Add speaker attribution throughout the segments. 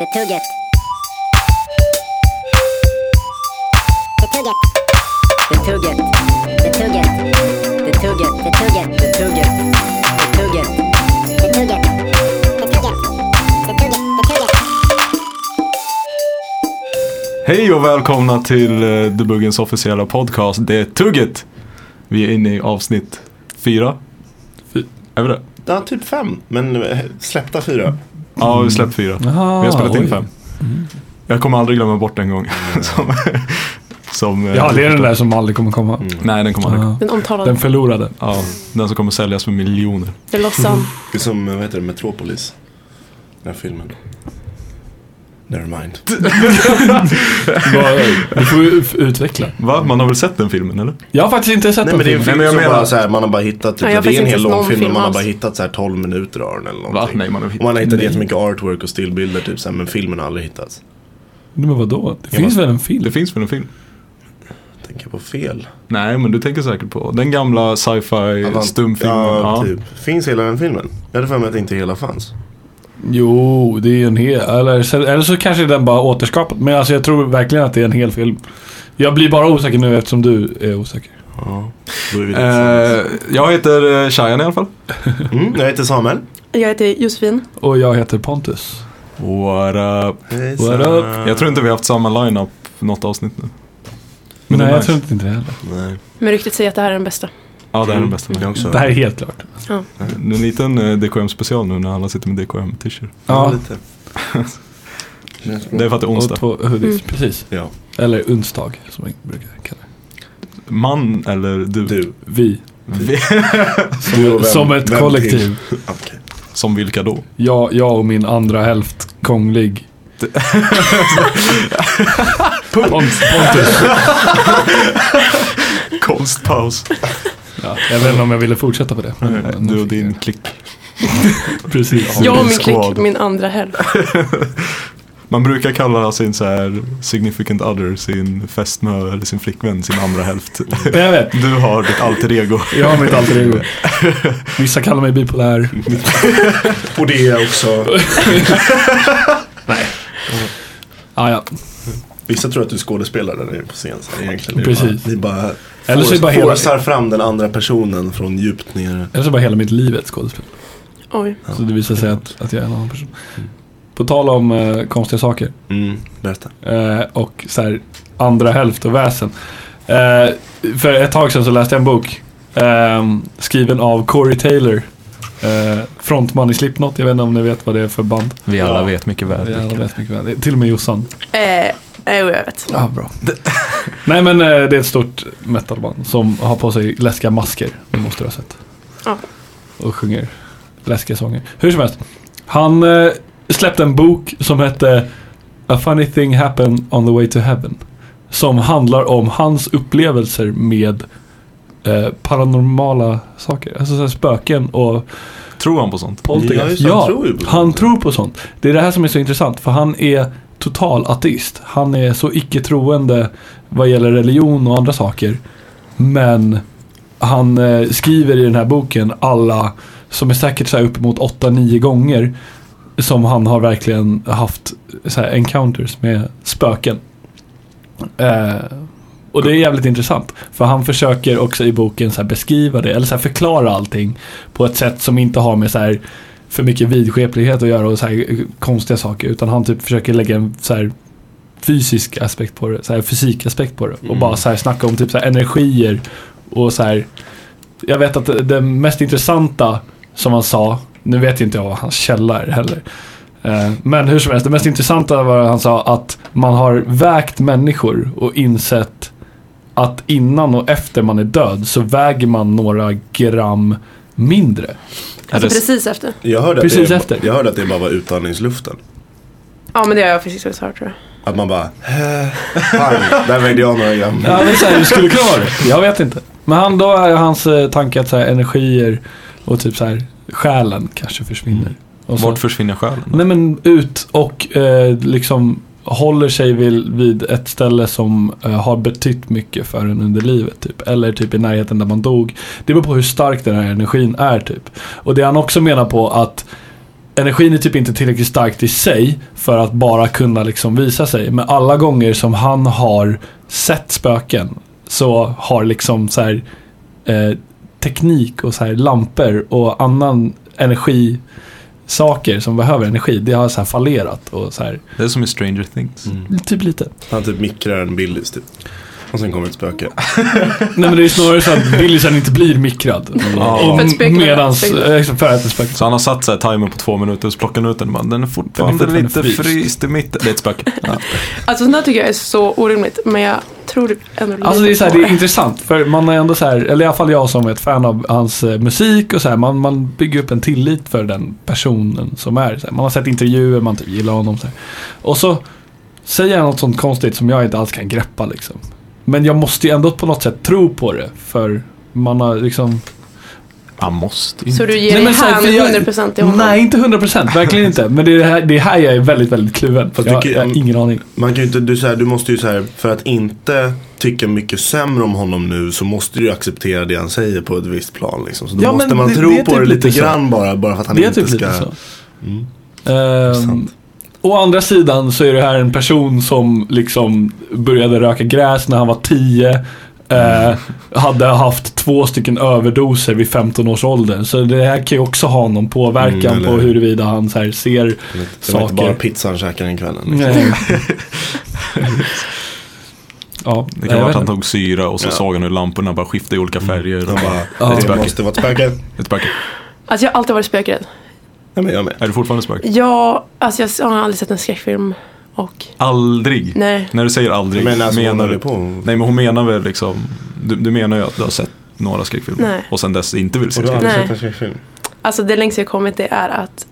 Speaker 1: Betugget. Betugget. Betugget. Betugget. Betugget. Betugget. Betugget. Betugget. Betugget. Betugget. Betugget. Betugget.
Speaker 2: Hej och välkomna till eh, Debuggens officiella podcast. Det är Tugget. Vi är inne i avsnitt fyra.
Speaker 3: Fy-
Speaker 2: Är vi det?
Speaker 4: Ja, typ fem. Men eh, släppta fyra.
Speaker 2: Ja, vi har släppt fyra.
Speaker 3: Aha,
Speaker 2: vi har spelat in
Speaker 3: Ah, oj. Mm.
Speaker 2: fem. Jag kommer aldrig glömma bort en gång. som, som, eh,
Speaker 3: Ja, det är den Ah. där som aldrig kommer komma.
Speaker 2: Nej, den kommer aldrig.
Speaker 3: Ja.
Speaker 5: Mm. Den omtalade.
Speaker 3: Den förlorade.
Speaker 2: Ja, den som kommer säljas för miljoner.
Speaker 5: The Lost Son.
Speaker 4: Det är som, eh, vad heter det, Metropolis. Den här filmen. Never mind.
Speaker 3: Vad- Du får ju f- utveckla.
Speaker 2: Va? Man har väl sett den filmen eller?
Speaker 3: Jag har faktiskt inte sett
Speaker 4: Nej men
Speaker 3: den
Speaker 4: det är en film
Speaker 3: filmen.
Speaker 2: men jag
Speaker 4: som
Speaker 2: menar-
Speaker 4: bara så här, man har bara hittat, typ,
Speaker 5: Nej, jag har
Speaker 4: det är en
Speaker 5: faktiskt
Speaker 4: hel
Speaker 5: inte sett
Speaker 4: lång
Speaker 5: någon
Speaker 4: film, men
Speaker 5: film
Speaker 4: man har bara
Speaker 5: alls.
Speaker 4: hittat så här 12 minuter av den eller någonting.
Speaker 2: Nej, man har
Speaker 4: Och man har hittat
Speaker 3: Nej.
Speaker 4: jättemycket artwork och stillbilder typ så här, men filmen har aldrig hittats.
Speaker 3: Men vadå? Det
Speaker 4: Jag
Speaker 3: finns väl en film?
Speaker 2: Det finns väl en film?
Speaker 4: Tänker på fel.
Speaker 2: Nej, men du tänker säkert på den gamla sci-fi
Speaker 4: Avant-
Speaker 2: stumfilmen.
Speaker 4: Ja,
Speaker 2: Ja.
Speaker 4: typ. Finns hela den filmen? Jag hade för mig att inte hela fanns.
Speaker 3: Jo, det är ju en hel... Eller, så- eller så kanske den bara återskapad. Men alltså jag tror verkligen att det är en hel film. Jag blir bara osäker nu eftersom du är osäker.
Speaker 4: Ja. Då är vi
Speaker 2: Eh, jag heter eh, Shayan i alla fall.
Speaker 4: tillsammans. mm, jag heter Samuel.
Speaker 5: Jag heter Josefin.
Speaker 3: Och jag heter Pontus.
Speaker 2: What up?
Speaker 4: Hejsan.
Speaker 3: up?
Speaker 2: Jag tror inte vi har haft samma line-up något avsnitt nu. Men det
Speaker 3: Nej,
Speaker 2: är
Speaker 3: jag
Speaker 2: Mm, nice.
Speaker 3: tror inte det heller.
Speaker 4: Nej.
Speaker 5: Men ryktet säger att det här är den bästa.
Speaker 2: Ja, det är den bästa.
Speaker 4: Jag också.
Speaker 3: Det här är helt klart.
Speaker 2: Det är en liten eh, DKM-special nu när alla sitter med DKM-t-shirt.
Speaker 3: Ja,
Speaker 4: lite.
Speaker 2: Det är för att det är
Speaker 3: och
Speaker 2: onsdag.
Speaker 3: två hoodies.
Speaker 5: Mm.
Speaker 3: Precis.
Speaker 4: Ja.
Speaker 3: Eller onsdag, som jag brukar kalla det.
Speaker 2: Man eller du,
Speaker 4: Du.
Speaker 3: Vi.
Speaker 2: Vi-
Speaker 4: Du och vem-
Speaker 3: som ett
Speaker 4: vem
Speaker 3: kollektiv.
Speaker 4: till? Okej.
Speaker 2: som vilka då?
Speaker 3: Jag, jag och min andra hälft konglig. Pont- Pontus.
Speaker 2: Konstpaus.
Speaker 3: Ja, jag vet inte om jag ville fortsätta på det. men- men nu
Speaker 2: Eh, Du och
Speaker 3: fick jag
Speaker 2: din
Speaker 3: det.
Speaker 2: klick.
Speaker 3: Precis.
Speaker 2: Ja.
Speaker 5: Jag och min
Speaker 2: Squad.
Speaker 5: klick, min andra hälft.
Speaker 2: Man brukar kalla sin så här significant other, sin fästmö eller sin flickvän, sin andra hälft.
Speaker 3: Men jag vet.
Speaker 2: Du har ditt alter ego.
Speaker 3: Jag har mitt alter ego. Vissa kallar mig bipolär.
Speaker 2: Mm.
Speaker 4: Och det är också...
Speaker 3: Ah, ja.
Speaker 4: Vissa tror att du är skådespelare där nere på scen. Så egentligen är
Speaker 3: Precis.
Speaker 4: Det bara, ni bara,
Speaker 3: Eller så är det bara hela-
Speaker 4: forcear fram den andra personen från djupt ner.
Speaker 3: Eller så är bara hela mitt liv ett skådespel.
Speaker 5: Oj.
Speaker 3: Så det visar sig att, att jag är en annan person. På tal om eh, konstiga saker.
Speaker 4: Mm, berätta.
Speaker 3: Eh, och så här, andra hälft och väsen. Eh, för ett tag sedan så läste jag en bok ehm, skriven av Corey Taylor. Eh, frontman i Slipknot, jag vet inte om ni vet vad det är för band.
Speaker 2: Vi
Speaker 4: alla Ja.
Speaker 2: vet mycket
Speaker 3: Det är alla vet mycket väl. Det är Till och med Jossan.
Speaker 5: Eh, eh, jo, jag vet.
Speaker 3: Ja, bra. Nej men eh, det är ett stort metalband som har på sig läskiga masker. Det måste du ha sett.
Speaker 5: Ja.
Speaker 3: Och sjunger läskiga sånger. Hur som helst. Han eh, släppte en bok som hette A funny thing happened on the way to heaven. Som handlar om hans upplevelser med eh, paranormala saker. Alltså så här spöken och
Speaker 2: Tror han på sånt?
Speaker 4: Ja,
Speaker 3: poltergeist.
Speaker 4: just det, han tror ju på
Speaker 3: han
Speaker 4: sånt.
Speaker 3: tror på sånt. Det är det här som är så intressant. För han är total ateist. Han är så icke-troende vad gäller religion och andra saker. Men han eh, skriver i den här boken alla, som är säkert så här uppemot 8-9 gånger, som han har verkligen haft så här encounters med spöken. Eh, och det är jävligt intressant. För han försöker också i boken så här beskriva det, eller så här förklara allting på ett sätt som inte har med så här för mycket vidskeplighet att göra och så här konstiga saker. Utan han typ försöker lägga en så här fysisk aspekt på det, så här fysikaspekt på det. Och
Speaker 4: Mm.
Speaker 3: bara så här snacka om typ så här energier och så här. Jag vet att det- det mest intressanta som han sa, nu vet inte jag vad hans källa är heller. Eh, Men hur som helst, det mest intressanta var att han sa att man har vägt människor och insett att innan och efter man är död så väger man några gram mindre.
Speaker 5: Alltså
Speaker 2: Är det-
Speaker 5: precis efter.
Speaker 4: Jag hörde, att
Speaker 3: Precis
Speaker 4: det,
Speaker 3: efter.
Speaker 4: jag hörde att det bara var utandningsluften.
Speaker 5: Ja, men det har jag precis också hört tror jag.
Speaker 4: Att man bara... eh, Bang, där vägde jag några gram.
Speaker 3: Ja, men så här, du skulle kunna vara det. Jag vet inte. Men han, då är hans eh, tanke att så här, energier och typ så här, själen kanske försvinner. Och så,
Speaker 2: Mm. Vart försvinner själen?
Speaker 3: nej men ut och eh, liksom håller sig vid, vid ett ställe som eh, har betytt mycket för en under livet. Typ. Eller typ i närheten där man dog. Det beror på hur stark den här energin är typ. Och det han också menar på att energin är typ inte tillräckligt starkt i sig för att bara kunna liksom visa sig. Men alla gånger som han har sett spöken så har liksom så här, eh, teknik och så här lampor och annan energi saker som behöver energi, det har så här fallerat och så här,
Speaker 2: Det är som i Stranger Things.
Speaker 3: typ lite.
Speaker 4: Han typ mikrar en Billys typ. Och sen kommer ett spöke.
Speaker 3: Nej men det är snarare så att Billisen inte blir mikrad.
Speaker 2: Ja.
Speaker 5: För att spegla-
Speaker 3: medans,
Speaker 5: spegla.
Speaker 3: eh, liksom för att det spökar.
Speaker 2: Så han har satt sig timern på två minuter och så plockar han ut den. bara, Den är fortfarande,
Speaker 3: Den är fortfarande
Speaker 2: lite
Speaker 3: fryst."
Speaker 2: fryst i mitten. Det är ett spöke.
Speaker 5: Alltså sånt där tycker jag är så orimligt. Men jag tror det ändå
Speaker 3: Alltså det är,
Speaker 5: lite
Speaker 3: så här, det
Speaker 5: på
Speaker 3: är intressant, för man är ändå så här, eller i alla fall jag som är ett fan av hans eh, musik och så här, man, man bygger upp en tillit för den personen som är. Så här, man har sett intervjuer, man typ gillar honom. Så här. Och så säger han något sånt konstigt som jag inte alls kan greppa liksom. Men jag måste ju ändå på något sätt tro på det, för man har liksom...
Speaker 2: Han måste
Speaker 5: Så du
Speaker 3: Nej,
Speaker 5: ger dig
Speaker 3: men så här,
Speaker 5: hän
Speaker 3: för jag-
Speaker 5: 100% till honom?
Speaker 3: Nej, inte 100%, verkligen inte. Men det är här, det är här jag är väldigt, väldigt kluven.
Speaker 4: Fast
Speaker 3: jag,
Speaker 4: du kan-
Speaker 3: jag har ingen aning.
Speaker 4: Man kan ju inte, du, så här, du måste ju så här, för att inte tycka mycket sämre om honom nu så måste du ju acceptera det han säger på ett visst plan. Liksom. Så då
Speaker 3: Ja, men
Speaker 4: måste man
Speaker 3: det-
Speaker 4: tro
Speaker 3: det är
Speaker 4: på
Speaker 3: typ
Speaker 4: det lite
Speaker 3: lite så.
Speaker 4: grann bara, bara för att han
Speaker 3: Det är
Speaker 4: inte
Speaker 3: typ
Speaker 4: ska.
Speaker 3: lite så.
Speaker 4: Mm.
Speaker 3: Ehm,
Speaker 4: Sant.
Speaker 3: å andra sidan så är det här en person som liksom började röka gräs när han var 10. Eh, hade haft två stycken överdoser vid 15 års ålder. Så det här kan ju också ha någon påverkan
Speaker 4: Mm, eller-
Speaker 3: på huruvida han så här ser
Speaker 4: Det var inte
Speaker 3: saker.
Speaker 4: bara pizza han käkade den kvällen. Liksom.
Speaker 3: Nej. ja,
Speaker 2: Det
Speaker 3: jag
Speaker 2: kan vara att
Speaker 3: vet
Speaker 2: han
Speaker 3: inte.
Speaker 2: tog syra och så
Speaker 4: Ja.
Speaker 2: såg han hur lamporna bara skiftade i olika färger. Och
Speaker 4: Han
Speaker 2: bara,
Speaker 4: bara,
Speaker 3: Ja.
Speaker 4: det måste vara ett spöke.
Speaker 2: ett spöke.
Speaker 5: Alltså jag har alltid varit spökrädd.
Speaker 4: Nej, men jag med.
Speaker 2: Är du fortfarande spöke?
Speaker 5: Jag, alltså jag har aldrig sett en skräckfilm och
Speaker 2: Aldrig.
Speaker 5: nej.
Speaker 2: När du säger aldrig
Speaker 4: Men alltså,
Speaker 2: menar
Speaker 4: menar
Speaker 2: du...
Speaker 4: du på?
Speaker 2: Nej men hon menar väl liksom... Du, du menar ju att du har sett några skräckfilmer
Speaker 5: Nej.
Speaker 2: och sen dess inte vill se
Speaker 4: Och du har
Speaker 2: skräckfilmer.
Speaker 4: aldrig
Speaker 5: Nej.
Speaker 4: sett en skräckfilm?
Speaker 5: Alltså det längsta jag kommit det är att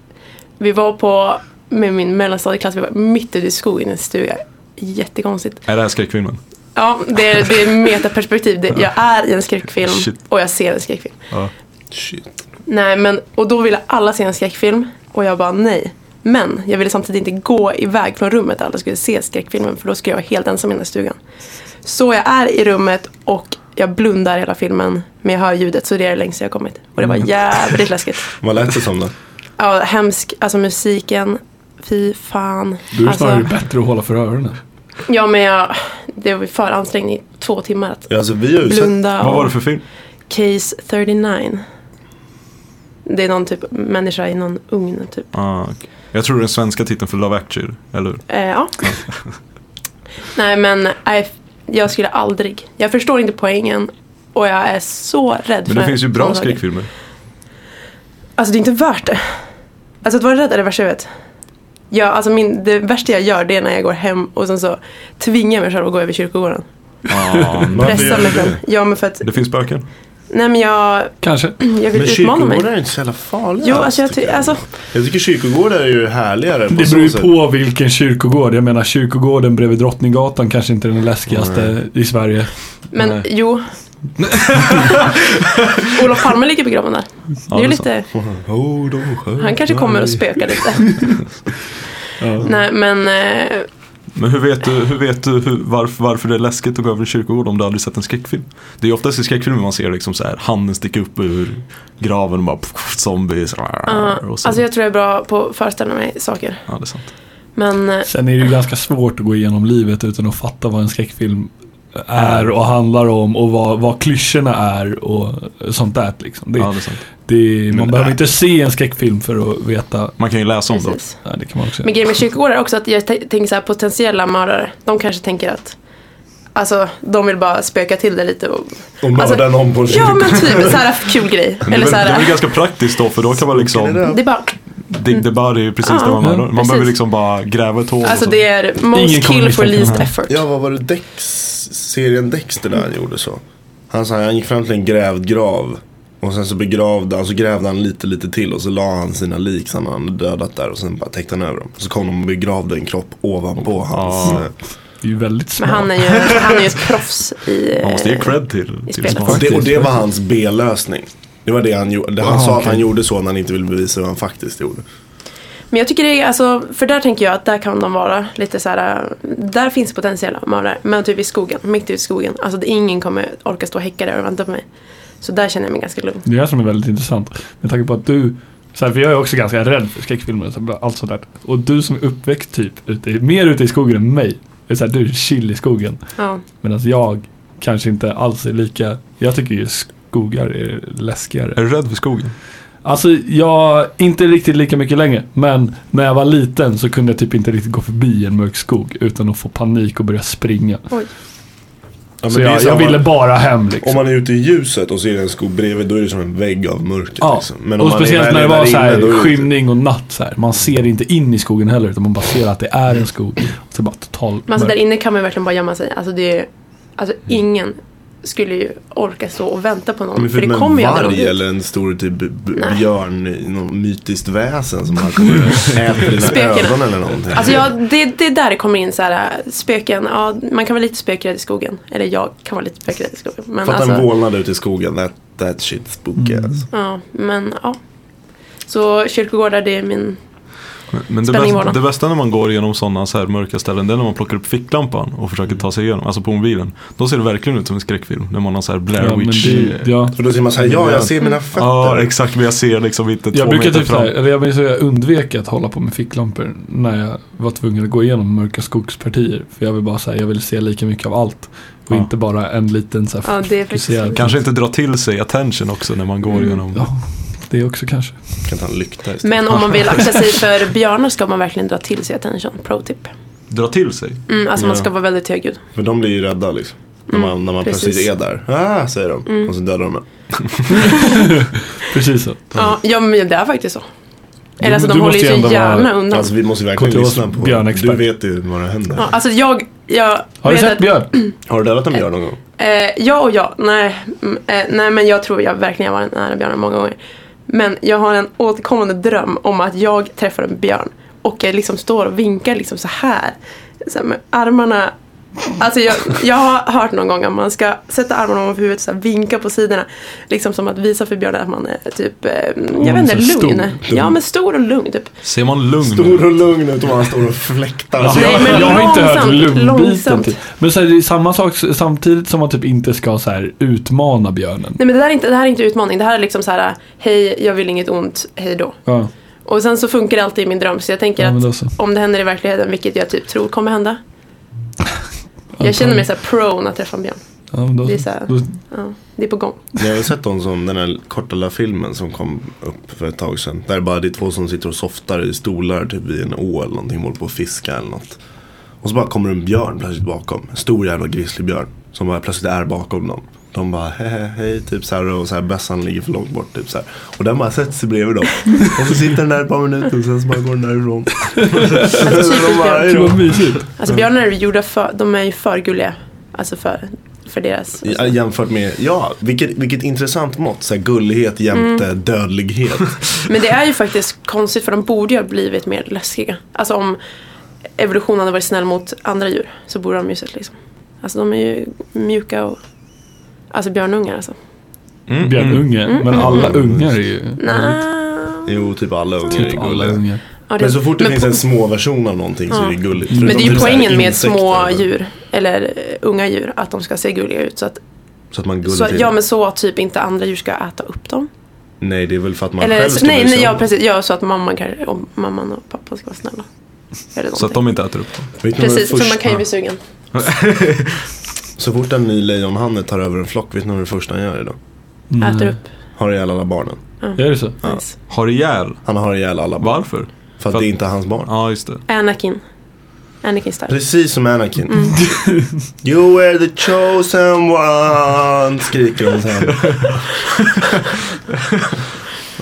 Speaker 5: vi var på, med min mellanstadieklass, vi var mitt ute i skogen i en stuga. Jättekonstigt.
Speaker 2: Är det här skräckfilmen?
Speaker 5: Ja, det är, det är metaperspektiv. Det, jag är i en skräckfilm
Speaker 2: Shit.
Speaker 5: och jag ser en skräckfilm.
Speaker 2: Ja.
Speaker 4: Shit.
Speaker 5: Nej, men, och då ville alla se en skräckfilm och jag bara nej. Men jag ville samtidigt inte gå iväg från rummet där alla skulle se skräckfilmen för då skulle jag vara helt ensam i den här stugan. Så jag är i rummet och jag blundar hela filmen men jag hör ljudet så det är det längsta jag kommit. Och det
Speaker 3: Mm.
Speaker 5: var jävligt läskigt.
Speaker 4: Vad lät det som då?
Speaker 5: Ja, hemsk, alltså musiken, fy fan.
Speaker 3: Du är
Speaker 5: alltså,
Speaker 3: snarare bättre att hålla för öronen.
Speaker 5: Ja men jag, det var ju för ansträngning i två timmar att
Speaker 4: Ja, Alltså vi har ju sett,
Speaker 5: blunda.
Speaker 2: Vad
Speaker 5: och-
Speaker 2: var det för film?
Speaker 5: Case 39. Det är någon typ människa i någon ugn typ.
Speaker 2: Ah, okej. Jag tror den svenska titeln för Love actually, eller hur?
Speaker 5: Eh, ja. Nej men nej, jag skulle aldrig. Jag förstår inte poängen. Och jag är så rädd
Speaker 2: Men
Speaker 5: för
Speaker 2: det finns ju
Speaker 5: sådana
Speaker 2: bra
Speaker 5: saker.
Speaker 2: skräckfilmer.
Speaker 5: Alltså det är inte värt det. Alltså att vara rädd är det värsta jag vet. Ja, alltså min, det värsta jag gör det är när jag går hem och sen så tvingar jag mig själv att gå över kyrkogården.
Speaker 2: Ah,
Speaker 4: Varför gör
Speaker 5: Pressar
Speaker 4: du
Speaker 5: mig
Speaker 4: det?
Speaker 5: själv. Ja men för att,
Speaker 2: det finns spöken.
Speaker 5: nej men jag,
Speaker 3: Kanske.
Speaker 5: jag
Speaker 4: men
Speaker 5: vill utmana mig.
Speaker 4: kyrkogårdar är inte så jävla farliga.
Speaker 5: Jo alltså jag, ty-
Speaker 4: tycker
Speaker 5: alltså,
Speaker 4: jag tycker kyrkogårdar är ju härligare. på
Speaker 3: Det
Speaker 4: så
Speaker 3: beror ju
Speaker 4: sätt.
Speaker 3: på vilken kyrkogård. Jag menar kyrkogården bredvid Drottninggatan kanske inte är den läskigaste i Sverige.
Speaker 5: Men
Speaker 2: Nej.
Speaker 5: jo. Olof Palme ligger begraven där.
Speaker 2: Ja,
Speaker 5: det är
Speaker 2: det är
Speaker 5: lite,
Speaker 4: Oh, de sjöng.
Speaker 5: han kanske kommer och spökar lite. Nej men, eh,
Speaker 2: Men hur vet du, hur vet du hur, varför, varför det är läskigt att gå över en kyrkogård om du aldrig sett en skräckfilm? Det är ju oftast i skräckfilmer man ser liksom så här, handen sticka upp ur graven och bara pff, zombies.
Speaker 5: ja,
Speaker 2: och så.
Speaker 5: alltså jag tror jag är bra på att föreställa mig saker.
Speaker 2: Ja, det är sant.
Speaker 5: Men eh,
Speaker 3: Sen är det ju ganska svårt att gå igenom livet utan att fatta vad en skräckfilm är och handlar om och vad, vad klyschorna är och sånt där. Liksom. Det,
Speaker 2: Ja, det är sant.
Speaker 3: det, man
Speaker 4: Men-
Speaker 3: behöver inte se en skräckfilm för att veta.
Speaker 2: Man kan ju läsa om det.
Speaker 5: precis.
Speaker 3: Nej, det kan man också
Speaker 5: Men
Speaker 3: göra.
Speaker 5: grejen med kyrkogårdar är också att jag t- tänker så här potentiella mördare. De kanske tänker att, alltså de vill bara spöka till det lite och,
Speaker 4: Och mörda
Speaker 5: Alltså,
Speaker 4: någon på en
Speaker 5: ja
Speaker 4: kyrkogård.
Speaker 5: men typ så här kul grej.
Speaker 2: Det är
Speaker 5: Eller så
Speaker 2: väl- det är väl
Speaker 5: här,
Speaker 2: ganska praktiskt då för då kan man liksom
Speaker 5: det är bara,
Speaker 2: Dig the body är ju precis där man
Speaker 3: Ja,
Speaker 2: är. Man
Speaker 5: Mm. precis.
Speaker 2: behöver liksom bara gräva ett hål. och
Speaker 5: alltså
Speaker 2: så.
Speaker 5: det är
Speaker 3: Ingen
Speaker 5: most
Speaker 3: kommer
Speaker 5: kill for
Speaker 3: misstänka
Speaker 5: least
Speaker 3: honom.
Speaker 5: effort.
Speaker 4: Ja, vad var det Dex, serien Dexter där han gjorde så? Han, så här, han gick fram till en grävd grav. Och sen så begravde han, så grävde han lite, lite till och så la han sina lik som han hade dödat där och sen bara täckte han över dem. Och så kom de och begravde en kropp ovanpå hans.
Speaker 2: Ja.
Speaker 4: eh,
Speaker 3: Det är ju väldigt smart.
Speaker 5: Men han är ju, han är ju ett proffs i...
Speaker 2: Man måste ge cred typ till,
Speaker 5: i
Speaker 2: till
Speaker 5: spelet.
Speaker 2: smak.
Speaker 4: Och det, och det var hans B-lösning. Det var det han gjorde. Det Han
Speaker 3: Ah,
Speaker 4: sa att
Speaker 3: okej.
Speaker 4: han gjorde så när han inte ville bevisa vad han faktiskt gjorde.
Speaker 5: Men jag tycker det är, alltså, för där tänker jag att där kan de vara lite så här. äh, Där finns potentiella mördare. Men typ i skogen, mitt ute i skogen. Alltså det, ingen kommer orka stå och häcka där och vänta på mig. Så där känner jag mig ganska lugn.
Speaker 3: Det är det som är väldigt intressant. Med tanke på att du Så här, för jag är också ganska rädd för skräckfilmer och så- allt sånt där. Och du som är uppväxt typ ute, i- mer ute i skogen än mig. Är så här, du är chill i skogen.
Speaker 5: Ja.
Speaker 3: Medan jag kanske inte alls är lika... Jag tycker ju skogar är läskigare.
Speaker 2: Är du rädd för skogen?
Speaker 3: Alltså, jag... Inte riktigt lika mycket längre. Men när jag var liten så kunde jag typ inte riktigt gå förbi en mörk skog utan att få panik och börja springa.
Speaker 4: Ja, men
Speaker 3: så
Speaker 4: det är
Speaker 3: jag, jag
Speaker 4: samma-
Speaker 3: ville bara hem liksom.
Speaker 4: Om man är ute i ljuset och ser en skog bredvid då är det som en vägg av mörker.
Speaker 3: Ja,
Speaker 4: liksom. om
Speaker 3: och
Speaker 4: man är
Speaker 3: speciellt
Speaker 4: väl
Speaker 3: när det var
Speaker 4: där
Speaker 3: så
Speaker 4: inne, då är
Speaker 3: här
Speaker 4: det-
Speaker 3: skymning och natt. Så här. Man ser inte in i skogen heller utan man bara ser att det är en skog. Och så bara total
Speaker 5: Men alltså, där
Speaker 3: mörk.
Speaker 5: inne kan man ju verkligen bara gömma sig. Alltså, det är, alltså ingen skulle ju orka stå och vänta på någon.
Speaker 4: Men
Speaker 5: För
Speaker 4: för
Speaker 5: det
Speaker 4: med en
Speaker 5: kommer ju aldrig någon
Speaker 4: varg
Speaker 5: dit.
Speaker 4: eller en stor typ b- b-
Speaker 5: Nej.
Speaker 4: björn i något mytiskt väsen som bara kommer och äter dina
Speaker 5: Spöken.
Speaker 4: ögon eller någonting.
Speaker 5: Alltså jag, det, det är där det kommer in så här äh, spöken. Ja, man kan vara lite spökrädd i skogen. Eller jag kan vara lite spökrädd i skogen. Men
Speaker 4: Fatta en
Speaker 5: alltså, Mm.
Speaker 4: vålnad ute i skogen, that, that shit spooky alltså.
Speaker 5: ja, men ja. Så kyrkogårdar det är min...
Speaker 2: Men- Men det,
Speaker 5: Spänning i
Speaker 2: bästa,
Speaker 5: vardagen.
Speaker 2: det bästa när man går igenom sådana så här mörka ställen det är när man plockar upp ficklampan och försöker ta sig igenom, alltså på mobilen. Då ser det verkligen ut som en skräckfilm när man har så här Blair
Speaker 3: Ja, men
Speaker 2: Witch.
Speaker 3: det, ja.
Speaker 4: För då ser man såhär, ja jag ser mina fötter.
Speaker 2: Ja, exakt. Men jag ser liksom inte
Speaker 3: Jag
Speaker 2: två
Speaker 3: brukar
Speaker 2: meter
Speaker 3: typ
Speaker 2: fram.
Speaker 3: såhär, eller jag minns att jag undvek att hålla på med ficklampor när jag var tvungen att gå igenom mörka skogspartier. För jag vill bara säga, jag vill se lika mycket av allt.
Speaker 2: Ja.
Speaker 3: Och inte bara en liten såhär
Speaker 5: Ja, det är faktiskt-
Speaker 3: fokuserad.
Speaker 2: Kanske inte dra till sig attention också när man går
Speaker 3: Mm.
Speaker 2: igenom.
Speaker 3: Ja, det också kanske.
Speaker 4: Kan ta en lykta istället.
Speaker 5: Men om man vill akta sig för björnar ska man verkligen dra till sig attention. Pro tip.
Speaker 2: Dra till sig?
Speaker 5: Mm, alltså man ska
Speaker 4: Ja.
Speaker 5: vara väldigt högljudd.
Speaker 4: För de blir ju rädda liksom. När man, när man
Speaker 5: Mm, precis. Mm.
Speaker 4: plötsligt är där. Ah, säger de. Och så dödar de en.
Speaker 3: Precis så.
Speaker 5: Ja, ja, men det är faktiskt så.
Speaker 3: men
Speaker 5: Eller alltså
Speaker 3: du
Speaker 5: de håller
Speaker 3: måste
Speaker 5: ju
Speaker 3: ju ändå
Speaker 5: så gärna
Speaker 3: vara-
Speaker 5: undan.
Speaker 4: Alltså vi måste ju verkligen
Speaker 3: Kontrast
Speaker 4: lyssna på.
Speaker 3: björnexpert.
Speaker 4: Du vet ju vad det händer.
Speaker 5: ja, alltså jag... jag
Speaker 3: Har du
Speaker 5: vet
Speaker 3: sett
Speaker 5: att-
Speaker 3: björn?
Speaker 4: Har du dödat en björn någon gång?
Speaker 5: Eh, ja och ja. Nej, mm, eh, nej men jag tror jag verkligen jag varit nära björnar många gånger. Men jag har en återkommande dröm om att jag träffar en björn. Och jag liksom står och vinkar liksom så här. Så här med armarna. Alltså jag, jag har hört någon gång att man ska sätta armarna ovanför huvudet och så här vinka på sidorna. Liksom som att visa för björnen att man är typ, eh, jag vet inte,
Speaker 3: så stor.
Speaker 5: lugn. Ja men stor och lugn typ.
Speaker 2: Ser man lugn
Speaker 4: Stor och lugn ut och man står och fläktar.
Speaker 3: Alltså,
Speaker 4: Så
Speaker 5: Nej,
Speaker 3: jag,
Speaker 5: men
Speaker 3: jag har inte hört
Speaker 5: långsamt,
Speaker 3: lungbiten.
Speaker 5: långsamt.
Speaker 3: Typ. Men så här, det är samma sak s- samtidigt som man typ inte ska så här, utmana björnen.
Speaker 5: Nej men det, där är inte, det här är inte utmaning. Det här är liksom så här, hej jag vill inget ont, hej då.
Speaker 3: Ja.
Speaker 5: Och sen så funkar det alltid i min dröm så jag tänker
Speaker 3: Ja, men då
Speaker 5: att
Speaker 3: så.
Speaker 5: om det händer i verkligheten, vilket jag typ tror kommer hända.
Speaker 3: Antagligen.
Speaker 5: Jag känner mig såhär prone att träffa en björn.
Speaker 3: Ja, men då,
Speaker 5: Det är så här.
Speaker 3: då,
Speaker 5: Ja, det är på gång.
Speaker 4: Ni har ju sett dem som den här korta lilla filmen som kom upp för ett tag sedan. Där det bara det är två som sitter och softar i stolar typ vid en å eller någonting. Håller på och fiska eller något. Och så bara kommer en björn plötsligt bakom. En stor jävla grizzlybjörn. Som bara plötsligt är bakom dem. De bara hej, hej, hej typ så här och så här bössan ligger för långt bort typ så här. Och den bara sätter sig bredvid dem. Och så sitter den där ett par minuter och sen så bara går den därifrån.
Speaker 5: Alltså,
Speaker 4: de
Speaker 5: typiskt
Speaker 4: bara,
Speaker 5: björn.
Speaker 4: hej
Speaker 3: Gud
Speaker 4: då.
Speaker 3: vad mysigt.
Speaker 5: Alltså björnar är gjorda för, de är ju för gulliga. Alltså för, för deras.
Speaker 4: Ja, Jämfört med, ja, vilket, vilket intressant mått. Så här gullighet jämte
Speaker 3: Mm.
Speaker 4: dödlighet.
Speaker 5: Men det är ju faktiskt konstigt för de borde ju ha blivit mer läskiga. Alltså om evolutionen hade varit snäll mot andra djur så borde de ju sett liksom. Alltså de är ju mjuka och, alltså björnungar alltså.
Speaker 2: Mm.
Speaker 3: Björnunge.
Speaker 5: Mm.
Speaker 3: Men alla ungar är ju...
Speaker 4: Mm.
Speaker 5: Nah.
Speaker 4: Jo, typ alla ungar
Speaker 3: Typ
Speaker 4: är
Speaker 3: alla
Speaker 4: gulliga.
Speaker 3: ungar.
Speaker 5: Ja, det-
Speaker 4: Men så fort det
Speaker 5: men
Speaker 4: finns
Speaker 5: på-
Speaker 4: en små version av någonting så
Speaker 5: Ja. Mm.
Speaker 4: är det gulligt.
Speaker 5: Men det
Speaker 4: Förutom
Speaker 5: är ju
Speaker 4: typ så här
Speaker 5: poängen med
Speaker 4: insekter,
Speaker 5: små
Speaker 4: men-
Speaker 5: djur, eller eh, unga djur, att de ska se gulliga ut. Så att,
Speaker 4: Så att man gullar
Speaker 5: så,
Speaker 4: till.
Speaker 5: ja men så att typ inte andra djur ska äta upp dem.
Speaker 4: Nej, det är väl för att man
Speaker 5: eller
Speaker 4: själv
Speaker 5: så,
Speaker 4: ska
Speaker 5: nej,
Speaker 4: bli
Speaker 5: nej
Speaker 4: så.
Speaker 5: ja, precis, ja, så att mamman, kan, och mamman och pappa ska vara snälla. Eller
Speaker 2: Så att
Speaker 5: någonting.
Speaker 2: de inte äter upp dem.
Speaker 4: Vet ni vad
Speaker 5: Precis,
Speaker 4: det
Speaker 5: för man
Speaker 4: första-
Speaker 5: kan ju bli sugen.
Speaker 4: Så fort en ny lejonhanne tar över en flock, vet ni vad det första han gör idag?
Speaker 5: Äter upp.
Speaker 4: Har ihjäl alla barnen.
Speaker 3: Mm. Är det så?
Speaker 5: Nice.
Speaker 2: Har ihjäl?
Speaker 4: Han har ihjäl alla barn.
Speaker 2: Varför?
Speaker 4: För att
Speaker 2: För-
Speaker 4: det inte är hans barn.
Speaker 2: Ja, just det.
Speaker 5: Anakin. Anakin Stark.
Speaker 4: Precis som Anakin. you were the chosen one, skriker hon sen.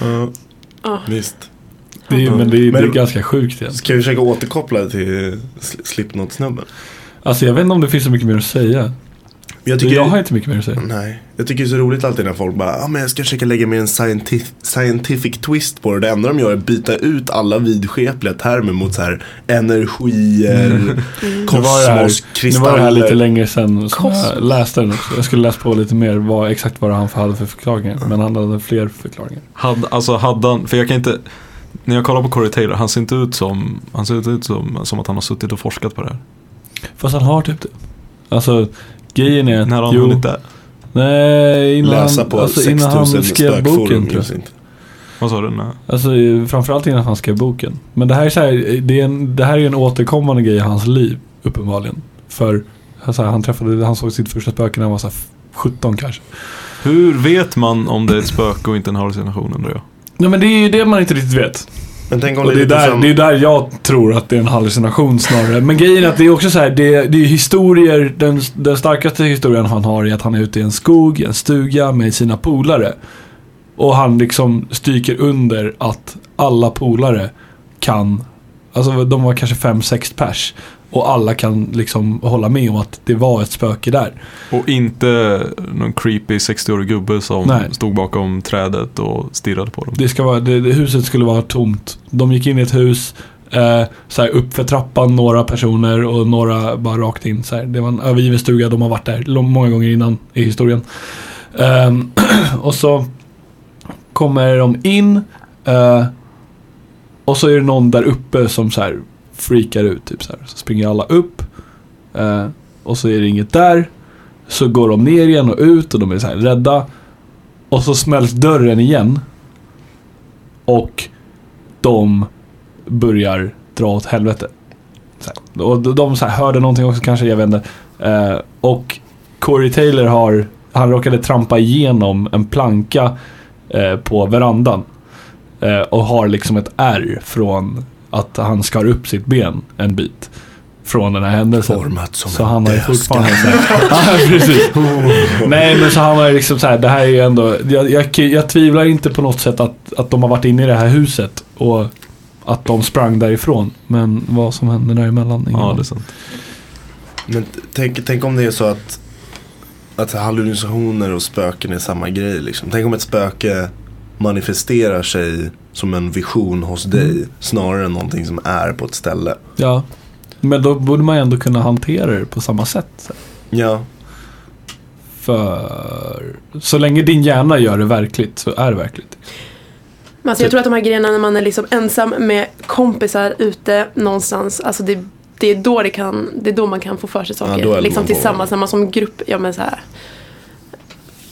Speaker 4: Ja,
Speaker 5: Ja.
Speaker 4: Visst.
Speaker 3: Det är,
Speaker 2: Mm.
Speaker 3: men det är, det
Speaker 4: Men-
Speaker 3: är ganska sjukt igen.
Speaker 4: Ska vi försöka återkoppla det till Sl- Slipknot-snubben?
Speaker 3: Alltså jag vet inte om det finns så mycket mer att säga.
Speaker 4: Jag
Speaker 3: Jag har inte mycket mer att säga.
Speaker 2: Mm.
Speaker 4: Nej, jag tycker det är så roligt alltid när folk bara, ja ah, men jag ska försöka lägga med en scientific, scientific twist på det. Det enda de gör är att byta ut alla vidskepliga termer mot så här energier,
Speaker 3: Mm. Nu var det
Speaker 4: kosmos,
Speaker 3: här, nu var det här lite
Speaker 4: kristaller.
Speaker 3: längre sedan som
Speaker 5: Kosmos.
Speaker 3: jag läste den också. Jag skulle läsa på lite mer vad, exakt vad han hade för förklaringar.
Speaker 2: Mm.
Speaker 3: Men han hade fler förklaringar.
Speaker 2: Had, alltså hade han, för jag kan inte, när jag kollar på Corey Taylor, han ser inte ut som, han ser inte ut som, som att han har suttit och forskat på det här.
Speaker 3: Fast han har typ det. Alltså grejen är att...
Speaker 2: När har han
Speaker 3: jo,
Speaker 2: hunnit det?
Speaker 3: Nej, innan,
Speaker 4: Läsa på
Speaker 3: alltså,
Speaker 4: 6000
Speaker 3: innan han skrev
Speaker 4: spökforum.
Speaker 2: liksom.
Speaker 3: boken tror jag.
Speaker 4: just inte.
Speaker 2: Vad sa du? Nej.
Speaker 3: Alltså eh, framförallt innan han skrev boken. Men det här är, så här, eh, det är, en, det här är ju en återkommande grej i hans liv, uppenbarligen. För alltså, han, träffade, han såg sitt första spöke när han var så här, 17 kanske.
Speaker 2: Hur vet man om det är ett spöke och inte en hallucination undrar jag?
Speaker 3: Ja men det är ju det man inte riktigt vet.
Speaker 4: Men tänk om
Speaker 3: Och det, är
Speaker 4: lite
Speaker 3: där,
Speaker 4: som-
Speaker 3: det är där jag tror att det är en hallucination snarare. Men grejen är att det är också så här, det, det är historier, den, den starkaste historien han har är att han är ute i en skog, i en stuga med sina polare. Och han liksom stryker under att alla polare kan, alltså de var kanske fem sex pers. Och alla kan liksom hålla med om att det var ett spöke där.
Speaker 2: Och inte någon creepy 60-årig gubbe som
Speaker 3: Nej.
Speaker 2: stod bakom trädet och stirrade på dem.
Speaker 3: Det ska vara, det, det, huset skulle vara tomt. De gick in i ett hus, eh, så här upp för trappan några personer och några bara rakt in. Så här. Det var en övergiven stuga, de har varit där lång- många gånger innan i historien. Ehm, och så kommer de in eh, och så är det någon där uppe som så här freakar ut. Typ så, här. så springer alla upp eh, och så är det inget där. Så går de ner igen och ut och de är så här rädda. Och så smälls dörren igen. Och de börjar dra åt helvete. Så här. Och de- de så här, hörde någonting också kanske, jag vet inte. Eh, och Corey Taylor har, han råkade trampa igenom en planka eh, på verandan. Eh, och har liksom ett R från att han skar upp sitt ben en bit. Från den här händelsen.
Speaker 4: Format som
Speaker 3: Så
Speaker 4: en
Speaker 3: han har ju
Speaker 4: dödskalle.
Speaker 3: fortfarande så här- Ja, precis. Nej men så han var ju liksom så här, det här är ju ändå, jag, jag, jag tvivlar inte på något sätt att, att de har varit inne i det här huset och att de sprang därifrån. Men vad som hände däremellan, ingen
Speaker 2: Ja,
Speaker 3: aning.
Speaker 2: det är sant.
Speaker 4: Men t- tänk, tänk om det är så att, att hallucinationer och spöken är samma grej. Liksom. Tänk om ett spöke manifesterar sig som en vision hos dig snarare än någonting som är på ett ställe.
Speaker 3: ja. Men då borde man ju ändå kunna hantera det på samma sätt.
Speaker 4: Ja,
Speaker 3: För så länge din hjärna gör det verkligt så är det verkligt.
Speaker 5: Men alltså jag tror att de här grejerna när man är liksom ensam med kompisar ute någonstans, alltså det, det, är, då det, kan, det är då man kan få för sig saker.
Speaker 4: då är det
Speaker 5: liksom
Speaker 4: man på.
Speaker 5: tillsammans när man som grupp, ja men så här.